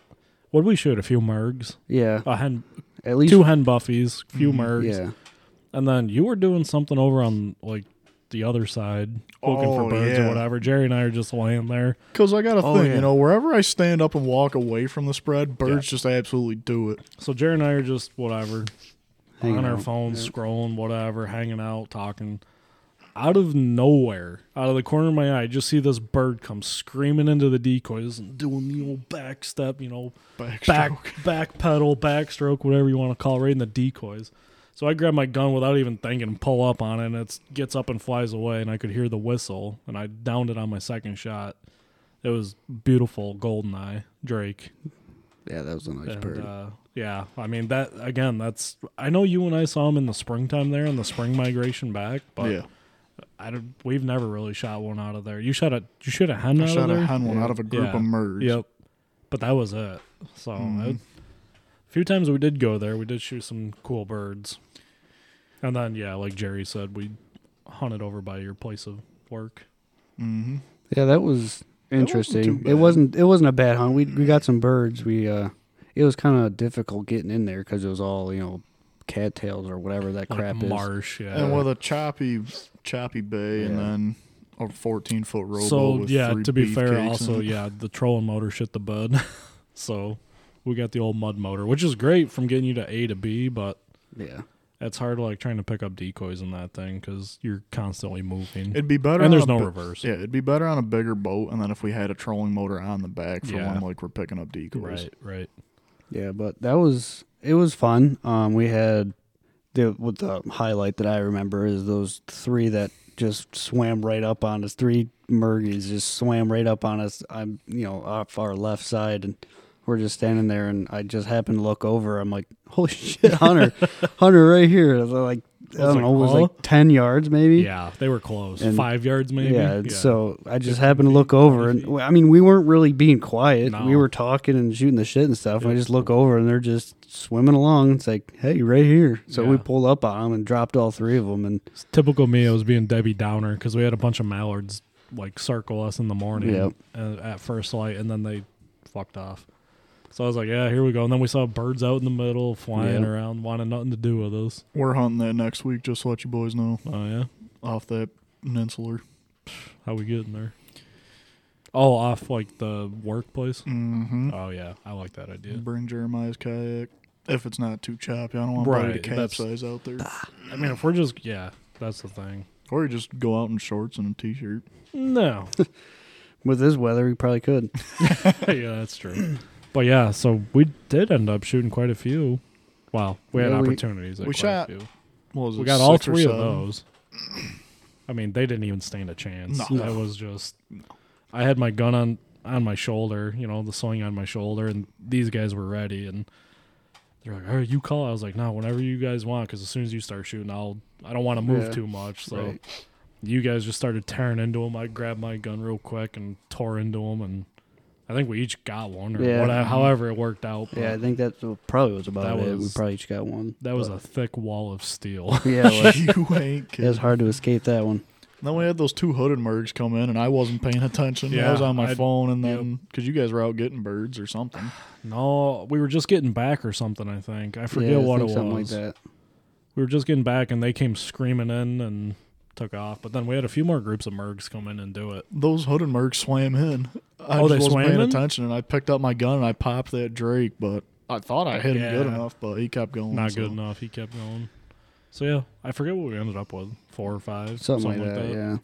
Speaker 2: what did we shoot? A few mergs,
Speaker 1: Yeah,
Speaker 2: a hen,
Speaker 1: at least
Speaker 2: two hen buffies, few mergs,
Speaker 1: Mm-hmm. yeah,
Speaker 2: and then you were doing something over on like the other side looking
Speaker 4: Oh,
Speaker 2: for birds
Speaker 4: yeah.
Speaker 2: or whatever. Jerry and I are just laying there.
Speaker 4: Because I got a
Speaker 1: Oh,
Speaker 4: thing,
Speaker 1: yeah.
Speaker 4: you know, wherever I stand up and walk away from the spread, birds just absolutely do it.
Speaker 2: So Jerry and I are just whatever
Speaker 1: Hanging
Speaker 2: on our
Speaker 1: out.
Speaker 2: phones, scrolling, whatever, hanging out, talking. Out of nowhere, out of the corner of my eye, I just see this bird come screaming into the decoys and doing the old back step, you know,
Speaker 4: Backstroke.
Speaker 2: back back pedal, backstroke, whatever you want to call it, right in the decoys. So I grab my gun without even thinking and pull up on it, and it gets up and flies away, and I could hear the whistle, and I downed it on my second shot. It was beautiful, golden eye, Drake.
Speaker 1: Yeah, that was a nice
Speaker 2: And,
Speaker 1: bird.
Speaker 2: uh, yeah, I mean that again. That's I know you and I saw him in the springtime there in the spring migration back, but
Speaker 4: yeah.
Speaker 2: I don't, we've never really shot one out of there. You shot a you shot a hen
Speaker 4: I
Speaker 2: out of
Speaker 4: shot
Speaker 2: there.
Speaker 4: a hen one
Speaker 1: Yeah.
Speaker 4: out of a group
Speaker 2: Yeah.
Speaker 4: of merds.
Speaker 2: Yep, but that was it. So
Speaker 4: Mm-hmm.
Speaker 2: it- a few times we did go there. We did shoot some cool birds, and then yeah, like Jerry said, we hunted over by your place of work.
Speaker 4: Mm-hmm.
Speaker 1: yeah, that was
Speaker 4: wasn't too
Speaker 1: interesting.
Speaker 4: bad.
Speaker 1: it wasn't. It wasn't a bad hunt. We we got some birds. We uh, it was kind of difficult getting in there because it was all you know, cattails or whatever that
Speaker 2: Like
Speaker 1: crap is.
Speaker 2: marsh, yeah.
Speaker 4: And with a choppy, choppy bay, and
Speaker 1: Yeah.
Speaker 4: then a 14 foot robo.
Speaker 2: So
Speaker 4: with
Speaker 2: yeah,
Speaker 4: three
Speaker 2: to be
Speaker 4: beef
Speaker 2: fair,
Speaker 4: cakes
Speaker 2: also
Speaker 4: in it.
Speaker 2: yeah, the trolling motor shit the bud. so we got the old mud motor, which is great from getting you to A to B, but
Speaker 1: Yeah.
Speaker 2: it's hard like trying to pick up decoys in that thing because you're constantly moving.
Speaker 4: It'd be better.
Speaker 2: and there's
Speaker 4: on a
Speaker 2: no
Speaker 4: bi-
Speaker 2: reverse.
Speaker 4: Yeah, it'd be better on a bigger boat, and then if we had a trolling motor on the back for
Speaker 2: Yeah.
Speaker 4: when like we're picking up decoys.
Speaker 2: Right, right.
Speaker 1: Yeah, but that was it was fun. Um, we had the what the highlight that I remember is those three that just swam right up on us. Three mergies just swam right up on us. I'm you know off our left side and. We're just standing there, and I just happened to look over. I'm like, "Holy shit, Hunter! Hunter, right here!" I was like, I
Speaker 2: was
Speaker 1: don't
Speaker 2: like,
Speaker 1: know, it was
Speaker 2: "Huh?"
Speaker 1: like ten yards, maybe.
Speaker 2: Yeah, they were close.
Speaker 1: And-
Speaker 2: Five yards maybe.
Speaker 1: Yeah, So I just
Speaker 2: 15
Speaker 1: happened to look
Speaker 2: feet,
Speaker 1: over,
Speaker 2: 20
Speaker 1: and
Speaker 2: feet.
Speaker 1: well, I mean, we weren't really being quiet. We
Speaker 2: No.
Speaker 1: were talking and shooting the shit and stuff. And I just look over, and they're just swimming along. It's like, hey, right here. So we
Speaker 2: Yeah.
Speaker 1: pulled up on them and dropped all three of them. And
Speaker 2: It's typical me, I was being Debbie Downer because we had a bunch of mallards like circle us in the morning
Speaker 1: Yep.
Speaker 2: uh, at first light, and then they fucked off. So I was like, "Yeah, here we go." And then we saw birds out in the middle flying
Speaker 1: Yep.
Speaker 2: around, wanting nothing to do with us.
Speaker 4: We're hunting that next week. Just to let you boys know
Speaker 2: Oh yeah,
Speaker 4: off that peninsular.
Speaker 2: how we getting there? Oh, off like the workplace.
Speaker 4: Mm-hmm.
Speaker 2: Oh yeah, I like that idea.
Speaker 4: Bring Jeremiah's kayak if it's not too choppy. I don't want
Speaker 2: Right,
Speaker 4: buddy to
Speaker 2: that's-
Speaker 4: capsize out there.
Speaker 2: I mean, if we're just yeah, that's the thing.
Speaker 4: Or you just go out in shorts and a t-shirt.
Speaker 2: No,
Speaker 1: with this weather, we probably could.
Speaker 2: yeah, that's true. But yeah, so we did end up shooting quite a few. Wow, we had
Speaker 1: Yeah, we-
Speaker 2: opportunities. at
Speaker 4: we
Speaker 2: quite
Speaker 4: shot-
Speaker 2: A few.
Speaker 4: What was
Speaker 2: We
Speaker 4: it,
Speaker 2: got all
Speaker 4: six or
Speaker 2: three of
Speaker 4: seven?
Speaker 2: those. I mean, they didn't even stand a chance.
Speaker 4: No.
Speaker 2: That was just. I had my gun on on my shoulder, you know, the sling on my shoulder, and these guys were ready, and they're like, "All right, you call." I was like, "No, whenever you guys want, because as soon as you start shooting, I'll. I don't want to move
Speaker 1: Yeah.
Speaker 2: too much." So
Speaker 1: Right.
Speaker 2: you guys just started tearing into them. I grabbed my gun real quick and tore into them, and I think we each got one or
Speaker 1: Yeah.
Speaker 2: whatever. However, it worked out. but
Speaker 1: Yeah, I think that probably was about
Speaker 2: uh, That
Speaker 1: it. we
Speaker 2: was-
Speaker 1: probably each got one.
Speaker 2: that was
Speaker 1: but-
Speaker 2: a thick wall of steel.
Speaker 1: yeah. It was,
Speaker 4: you
Speaker 1: it was
Speaker 4: ain't kidding.
Speaker 1: hard to escape that one.
Speaker 4: Then we had those two hooded mergs come in, and I wasn't paying attention. I
Speaker 2: Yeah,
Speaker 4: was on my
Speaker 2: I'd-
Speaker 4: phone, and then because you guys were out getting birds or something.
Speaker 2: No, we were just getting back or something. I think I forget
Speaker 1: yeah, I
Speaker 2: what
Speaker 1: think
Speaker 2: it was.
Speaker 1: something like that.
Speaker 2: We were just getting back, and they came screaming in and took off. But then we had a few more groups of mergs come in and do it.
Speaker 4: Those hooded mercs swam in. I
Speaker 2: Oh, they
Speaker 4: just
Speaker 2: swam
Speaker 4: wasn't paying
Speaker 2: in?
Speaker 4: attention, and I picked up my gun and I popped that Drake, but I thought I hit him good
Speaker 2: Yeah.
Speaker 4: enough, but he kept going.
Speaker 2: Not
Speaker 4: so.
Speaker 2: good enough. He kept going. So yeah, I forget what we ended up with. Four or five,
Speaker 1: Something, like that. Yeah.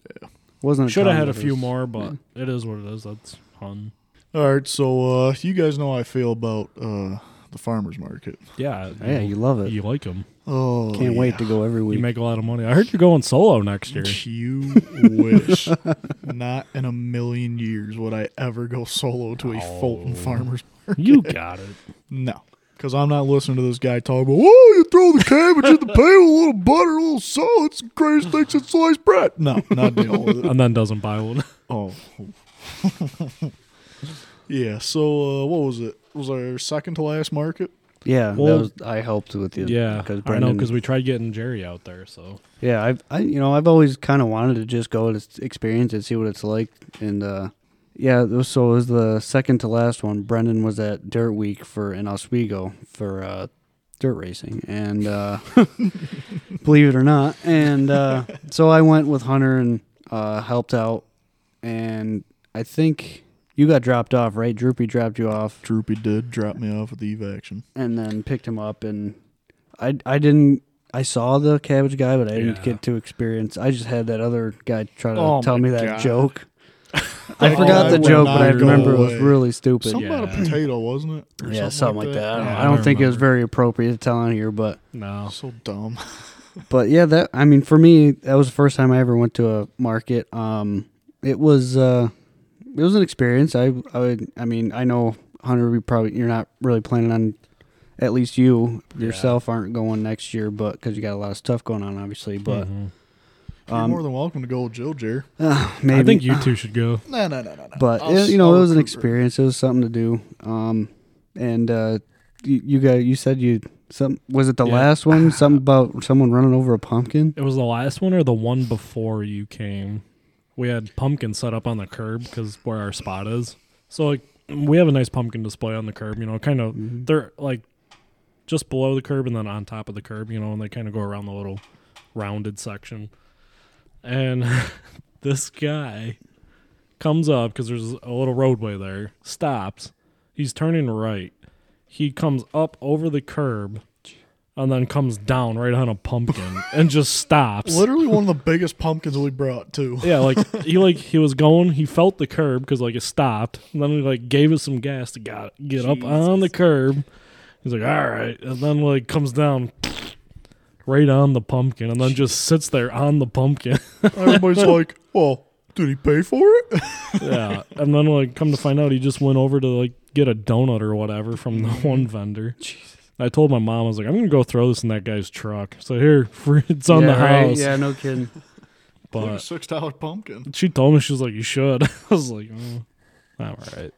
Speaker 1: Wasn't a
Speaker 2: Should have
Speaker 1: ton,
Speaker 2: had a
Speaker 1: but it
Speaker 2: few
Speaker 1: was-
Speaker 2: more, but it is what it is. That's fun.
Speaker 4: All right, so uh, you guys know how I feel about uh, the farmers market.
Speaker 2: Yeah,
Speaker 1: Yeah, you love it.
Speaker 2: you like them.
Speaker 4: Oh,
Speaker 1: Can't
Speaker 4: yeah.
Speaker 1: wait to go every
Speaker 2: You
Speaker 1: week.
Speaker 2: make a lot of money. I heard you're going solo next year.
Speaker 4: You wish. Not in a million years would I ever go solo to a Fulton
Speaker 2: No.
Speaker 4: farmers market.
Speaker 2: you got it.
Speaker 4: No. Because I'm not listening to this guy talk about, oh, you throw the cabbage in the pan with a little butter, a little salt. It's the greatest thing since sliced bread. No, not dealing with it.
Speaker 2: And then doesn't buy one.
Speaker 4: Oh. yeah, so uh, what was it? Was our second to last market?
Speaker 1: Yeah,
Speaker 2: Well-
Speaker 1: that was, I helped with you.
Speaker 2: yeah,
Speaker 1: because
Speaker 2: I know because we tried getting Jerry out there. So
Speaker 1: Yeah, I've I you know I've always kind of wanted to just go and s- experience it, see what it's like, and uh, yeah. it was- So it was the second to last one. Brendan was at Dirt Week for in Oswego for uh, dirt racing, and uh, believe it or not, and uh, so I went with Hunter and uh, helped out, and I think you got dropped off, right? Droopy dropped you off,
Speaker 4: Droopy did drop me off at the Eve action.
Speaker 1: and then picked him up, and I I didn't. I saw the cabbage guy, but I didn't
Speaker 2: Yeah.
Speaker 1: get to experience. I just had that other guy try to
Speaker 4: Oh
Speaker 1: tell
Speaker 4: my
Speaker 1: me that
Speaker 4: God.
Speaker 1: joke. I
Speaker 4: Oh,
Speaker 1: forgot
Speaker 4: I
Speaker 1: the
Speaker 4: will
Speaker 1: joke, but
Speaker 4: not
Speaker 1: I
Speaker 4: go
Speaker 1: remember it was
Speaker 4: away.
Speaker 1: really stupid.
Speaker 4: Something about a
Speaker 2: Yeah.
Speaker 4: potato, wasn't it? Or
Speaker 1: yeah, something like that. I don't,
Speaker 2: Yeah,
Speaker 1: I
Speaker 2: I
Speaker 1: don't think it was
Speaker 2: remember.
Speaker 1: very appropriate to tell on here, but
Speaker 2: No.
Speaker 4: So dumb.
Speaker 1: but yeah, that I mean, for me, that was the first time I ever went to a market. Um, it was uh, it was an experience. I I would, I mean, I know Hunter, we probably you're not really planning on, at least you yourself aren't going next year, but because you got a lot of stuff going on, obviously. But
Speaker 2: Mhm.
Speaker 4: You're
Speaker 1: Um,
Speaker 4: more than welcome to go with Jill Jer.
Speaker 1: uh, maybe
Speaker 2: I think you two should go.
Speaker 4: No, no, no, no, no.
Speaker 1: but
Speaker 4: I'll-
Speaker 1: it- you know,
Speaker 4: I'll
Speaker 1: it was an
Speaker 4: recruit her.
Speaker 1: experience. It was something to do. Um, and uh, you, you got you said you some was it the
Speaker 2: Yeah.
Speaker 1: last one? Something about someone running over a pumpkin.
Speaker 2: It was the last one or the one before you came. We had pumpkin set up on the curb because where our spot is. So like we have a nice pumpkin display on the curb. You know, kind of they're like just below the curb and then on top of the curb. You know, and they kind of go around the little rounded section. And this guy comes up because there's a little roadway there. Stops. He's turning right. He comes up over the curb. And then comes down right on a pumpkin and just stops.
Speaker 4: Literally one of the biggest pumpkins we brought too.
Speaker 2: Yeah, like he like he was going, he felt the curb because like it stopped, and then he like gave us some gas to got get up on the curb. He's like, all right, and then like comes down right on the pumpkin, and then just sits there on the pumpkin.
Speaker 4: Everybody's like, "Well, did he pay for it?"
Speaker 2: yeah, and then like come to find out, he just went over to like get a donut or whatever from the
Speaker 1: Mm-hmm.
Speaker 2: one vendor. And I told my mom, I was like, I'm gonna go throw this in that guy's truck. So here, free- it's on
Speaker 1: yeah,
Speaker 2: the
Speaker 1: right?
Speaker 2: house.
Speaker 1: Yeah, no kidding.
Speaker 4: Like a
Speaker 2: But
Speaker 4: six dollar pumpkin.
Speaker 2: she told me she was like, "You should." I was like, oh, "All right,"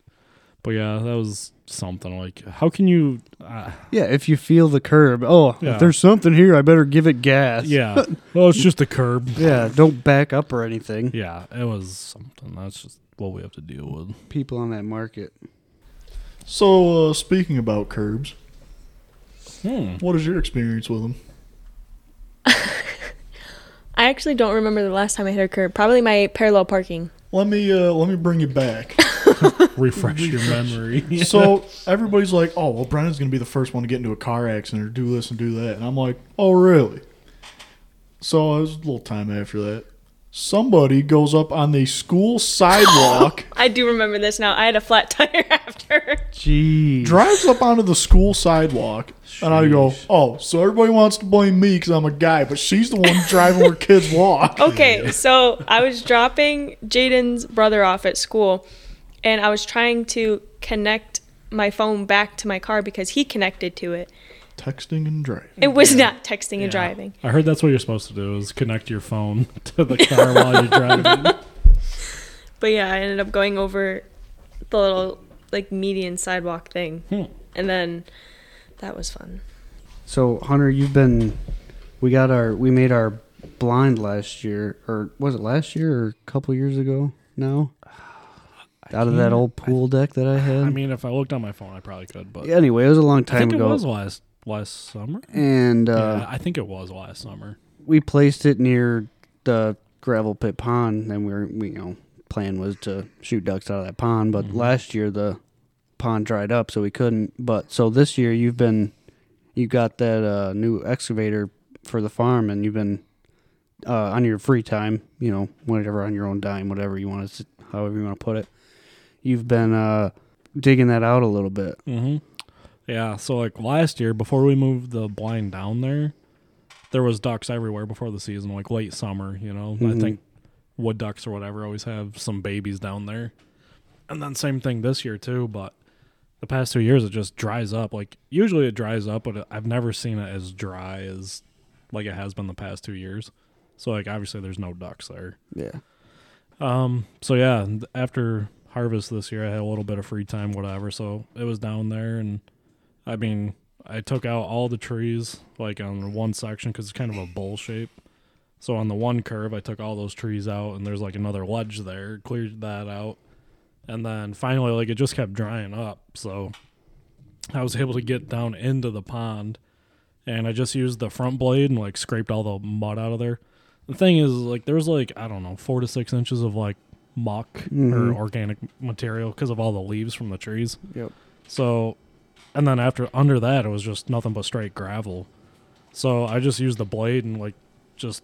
Speaker 2: but yeah, that was something. Like, how can you? Uh,
Speaker 1: Yeah, if you feel the curb, oh,
Speaker 2: Yeah.
Speaker 1: if there's something here, I better give it gas.
Speaker 2: yeah, oh, it's just a curb.
Speaker 1: Yeah, don't back up or anything.
Speaker 2: Yeah, it was something. That's just what we have to deal with.
Speaker 1: People on that market.
Speaker 4: So, uh, speaking about curbs,
Speaker 2: Hmm.
Speaker 4: what is your experience with them?
Speaker 3: I actually don't remember the last time I hit a curb. Probably my parallel parking.
Speaker 4: Let me uh, let me bring you back.
Speaker 2: Refresh your memory.
Speaker 4: so everybody's like, "Oh, well, Brennan's gonna be the first one to get into a car accident or do this and do that," and I'm like, "Oh, really?" So it was a little time after that. Somebody goes up on the school sidewalk.
Speaker 3: I do remember this now. I had a flat tire after.
Speaker 1: Jeez.
Speaker 4: drives up onto the school sidewalk, and I go, "Oh, so everybody wants to blame me because I'm a guy, but she's the one driving where kids walk."
Speaker 3: Okay, so I was dropping Jaden's brother off at school, and I was trying to connect my phone back to my car because he connected to it.
Speaker 4: Texting and driving.
Speaker 3: It was not texting and driving.
Speaker 2: I heard that's what you're supposed to do is connect your phone to the car while you're driving.
Speaker 3: But yeah, I ended up going over the little like median sidewalk thing.
Speaker 2: Hmm.
Speaker 3: And then that was fun.
Speaker 1: So Hunter, you've been. We got our. We made our blind last year, or was it last year, or a couple years ago? Now. Out of that
Speaker 2: can't-
Speaker 1: old pool deck that I had.
Speaker 2: I mean, if I looked on my phone, I probably could. But
Speaker 1: anyway, it was a long
Speaker 2: I
Speaker 1: time
Speaker 2: think it
Speaker 1: ago,
Speaker 2: was last last summer.
Speaker 1: and uh,
Speaker 2: yeah, I think it was last summer.
Speaker 1: we placed it near the gravel pit pond. And we were, we, you know, plan was to shoot ducks out of that pond. But last year the pond dried up, so we couldn't. But so this year you've been, you got that uh, new excavator for the farm, and you've been uh, on your free time, you know, whatever on your own dime, whatever you want to, however you want to put it. You've been uh, digging that out a little bit.
Speaker 2: hmm Yeah. So like last year, before we moved the blind down there, there was ducks everywhere before the season, like late summer. You know, I think wood ducks or whatever always have some babies down there, and then same thing this year too. But the past two years, it just dries up. Like usually it dries up, but I've never seen it as dry as like it has been the past two years. So like obviously there's no ducks there.
Speaker 1: Yeah.
Speaker 2: Um. So yeah, th- after harvest this year, I had a little bit of free time, whatever. So it was down there, and I mean, I took out all the trees like on one section because it's kind of a bowl shape. So on the one curve, I took all those trees out, and there's like another ledge there. Cleared that out, and then finally, like it just kept drying up. So I was able to get down into the pond, and I just used the front blade and like scraped all the mud out of there. The thing is, like, there's like I don't know, four to six inches of like muck or
Speaker 1: Mhm.
Speaker 2: organic material because of all the leaves from the trees.
Speaker 1: Yep.
Speaker 2: So, and then after under that, it was just nothing but straight gravel. So I just used the blade and like just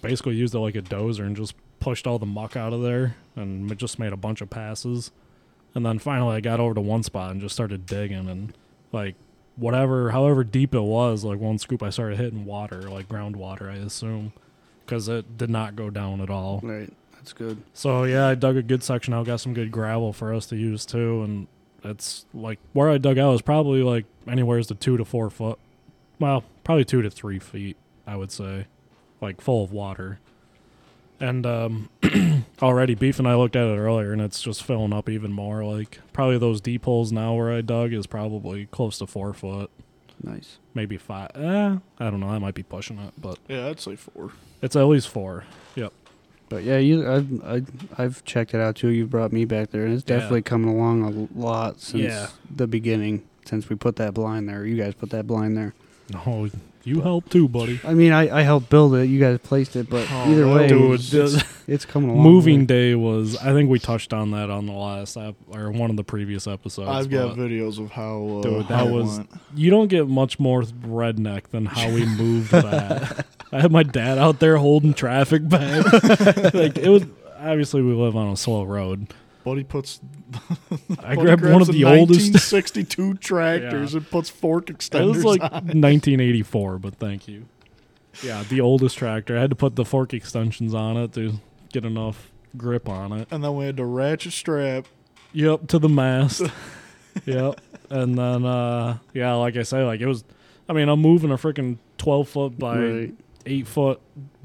Speaker 2: basically used it like a dozer and just pushed all the muck out of there and m- just made a bunch of passes. And then finally, I got over to one spot and just started digging and like whatever, however deep it was, like one scoop, I started hitting water, like groundwater, I assume, because it did not go down at all.
Speaker 1: Right. That's good.
Speaker 2: So yeah, I dug a good section out, got some good gravel for us to use too, and that's like where I dug out is probably like anywhere's to two to four foot. Well, probably two to three feet, I would say, like full of water. And um, already, Beef and I looked at it earlier, and it's just filling up even more. Like probably those deep holes now where I dug is probably close to four foot,
Speaker 1: Nice.
Speaker 2: maybe five. Eh, I don't know. That might be pushing it, but
Speaker 4: Yeah, I'd say four.
Speaker 2: it's at least four. Yep.
Speaker 1: But yeah, you I've I, I've checked it out too. You brought me back there, and it's
Speaker 2: Yeah.
Speaker 1: definitely coming along a lot since
Speaker 2: Yeah.
Speaker 1: the beginning. Since we put that blind there, you guys put that blind there.
Speaker 2: No, you helped too, buddy.
Speaker 1: I mean, I, I helped build it. You guys placed it, but
Speaker 4: Oh,
Speaker 1: either
Speaker 4: that
Speaker 1: way,
Speaker 4: dude,
Speaker 1: it's,
Speaker 2: this-
Speaker 1: it's coming along.
Speaker 2: Moving day was. I think we touched on that on the last ep- or one of the previous episodes.
Speaker 4: I've got
Speaker 2: but
Speaker 4: videos of how. Uh,
Speaker 2: Dude, that
Speaker 4: how it
Speaker 2: was-
Speaker 4: went.
Speaker 2: you don't get much more redneck than how we moved that. I had my dad out there holding traffic back. like it was. Obviously, we live on a slow road.
Speaker 4: Buddy puts.
Speaker 2: I
Speaker 4: Buddy
Speaker 2: grabbed one
Speaker 4: grabs
Speaker 2: of
Speaker 4: a
Speaker 2: the oldest.
Speaker 4: 1962 tractors
Speaker 2: Yeah.
Speaker 4: and puts fork extenders.
Speaker 2: It was like
Speaker 4: on.
Speaker 2: 1984, but thank you. Yeah, the oldest tractor. I had to put the fork extensions on it to get enough grip on it.
Speaker 4: and then we had to ratchet strap.
Speaker 2: Yep, to the mast. yep. And then uh yeah, like I say, like it was I mean, I'm moving a freaking twelve foot by
Speaker 1: Right.
Speaker 2: eight foot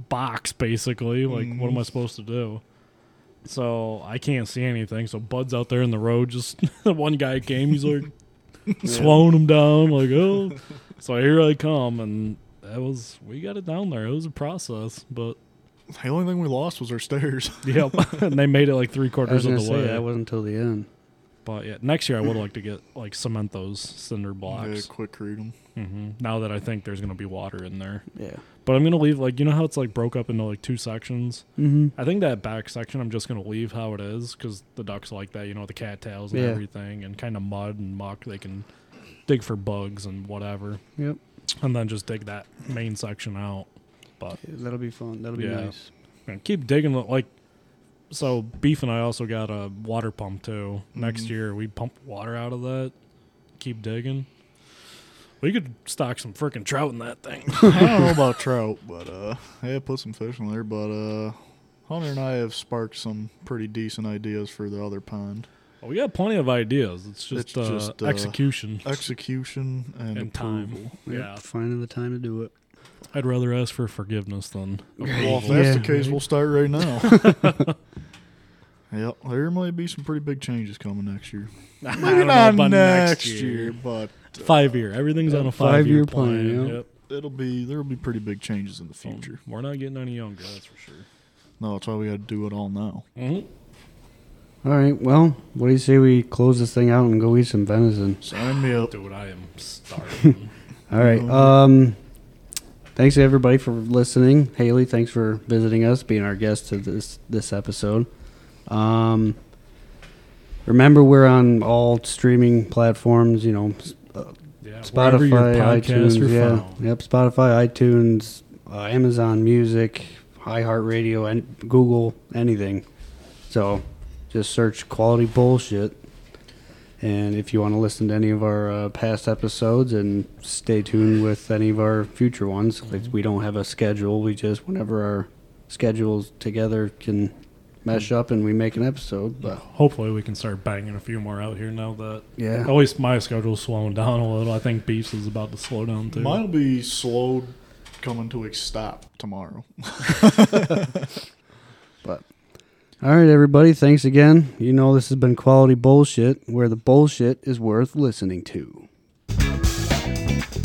Speaker 2: box basically. Like what am
Speaker 1: Mm-hmm.
Speaker 2: I
Speaker 4: Mhm.
Speaker 2: supposed to do? So I can't see anything. So Bud's out there in the road just the one guy came, he's like slowing him down, like, oh so here I come and that was we got it down there. It was a process, but
Speaker 4: The only thing we lost was our stairs.
Speaker 2: yep. and they made it like three
Speaker 1: I was
Speaker 2: quarters of
Speaker 1: gonna
Speaker 2: the
Speaker 1: say
Speaker 2: way.
Speaker 1: that wasn't until the end.
Speaker 2: But yeah, next year I would like to get like cement those cinder
Speaker 4: Yeah,
Speaker 2: blocks.
Speaker 4: quick read 'em.
Speaker 2: hmm Now that I think there's gonna be water in there,
Speaker 1: Yeah.
Speaker 2: but I'm gonna leave like you know how it's like broke up into like two sections.
Speaker 1: Mm-hmm.
Speaker 2: I think that back section I'm just gonna leave how it is because the ducks like that, you know, the cattails and
Speaker 1: Yeah.
Speaker 2: everything, and kind of mud and muck. They can dig for bugs and whatever,
Speaker 1: Yep.
Speaker 2: and then just dig that main section out. But
Speaker 1: Yeah, That'll be fun. That'll be
Speaker 2: Yeah.
Speaker 1: nice.
Speaker 2: Man, keep digging the- like so beef and i also got a water pump too next
Speaker 4: Mhm.
Speaker 2: year we pump water out of that keep digging we could stock some freaking trout in that thing
Speaker 4: I don't know about trout, but uh, I have put some fish in there. But uh, Hunter and I have sparked some pretty decent ideas for the other pond
Speaker 2: Well, we got plenty of ideas it's just,
Speaker 4: It's
Speaker 2: uh,
Speaker 4: just, uh,
Speaker 2: execution
Speaker 4: execution and,
Speaker 2: and time
Speaker 4: approval.
Speaker 1: Yep,
Speaker 2: yeah
Speaker 1: Finding the time to do it.
Speaker 2: i'd rather ask for forgiveness than
Speaker 4: Well, if
Speaker 2: approval.
Speaker 4: that's
Speaker 1: Yeah,
Speaker 4: the case,
Speaker 1: right.
Speaker 4: we'll start right now. yep, there might be some pretty big changes coming next year.
Speaker 2: I
Speaker 4: Maybe
Speaker 2: don't know
Speaker 4: not
Speaker 2: about
Speaker 4: next year, but uh,
Speaker 2: five year everything's on
Speaker 1: Yeah,
Speaker 2: a five
Speaker 1: five-year
Speaker 2: year plan,
Speaker 1: plan, yeah.
Speaker 2: yep
Speaker 4: it'll be there'll be pretty big changes in the
Speaker 2: So,
Speaker 4: future.
Speaker 2: we're not getting any younger that's for sure
Speaker 4: No, that's why we got to do it all now.
Speaker 2: Mhm.
Speaker 1: All right. Well, what do you say we close this thing out and go eat some venison?
Speaker 4: Sign me up.
Speaker 2: dude i am starving
Speaker 1: All right.
Speaker 4: Mhm.
Speaker 1: Um, thanks to everybody for listening. Haley, thanks for visiting us, being our guest to this this episode. Um, remember, we're on all streaming platforms. You know, s-
Speaker 2: yeah wherever your
Speaker 1: Spotify,
Speaker 2: podcasts
Speaker 1: iTunes,
Speaker 2: are
Speaker 1: yeah,
Speaker 2: found.
Speaker 1: yep, Spotify, iTunes, uh, Amazon Music, iHeartRadio, and Google, anything. So, just search quality bullshit. And if you want to listen to any of our uh, past episodes and stay tuned with any of our future ones,
Speaker 2: Mm-hmm.
Speaker 1: 'cause we don't have a schedule. We just whenever our schedules together can mesh up and we make an episode. But
Speaker 2: Hopefully, we can start banging a few more out here now that at
Speaker 1: yeah,
Speaker 2: least my schedule's slowing down a little. I think Beefs is about to slow down too.
Speaker 4: Mine'll be slowed coming to a stop tomorrow.
Speaker 1: but all right, everybody. Thanks again. You know this has been quality bullshit, where the bullshit is worth listening to.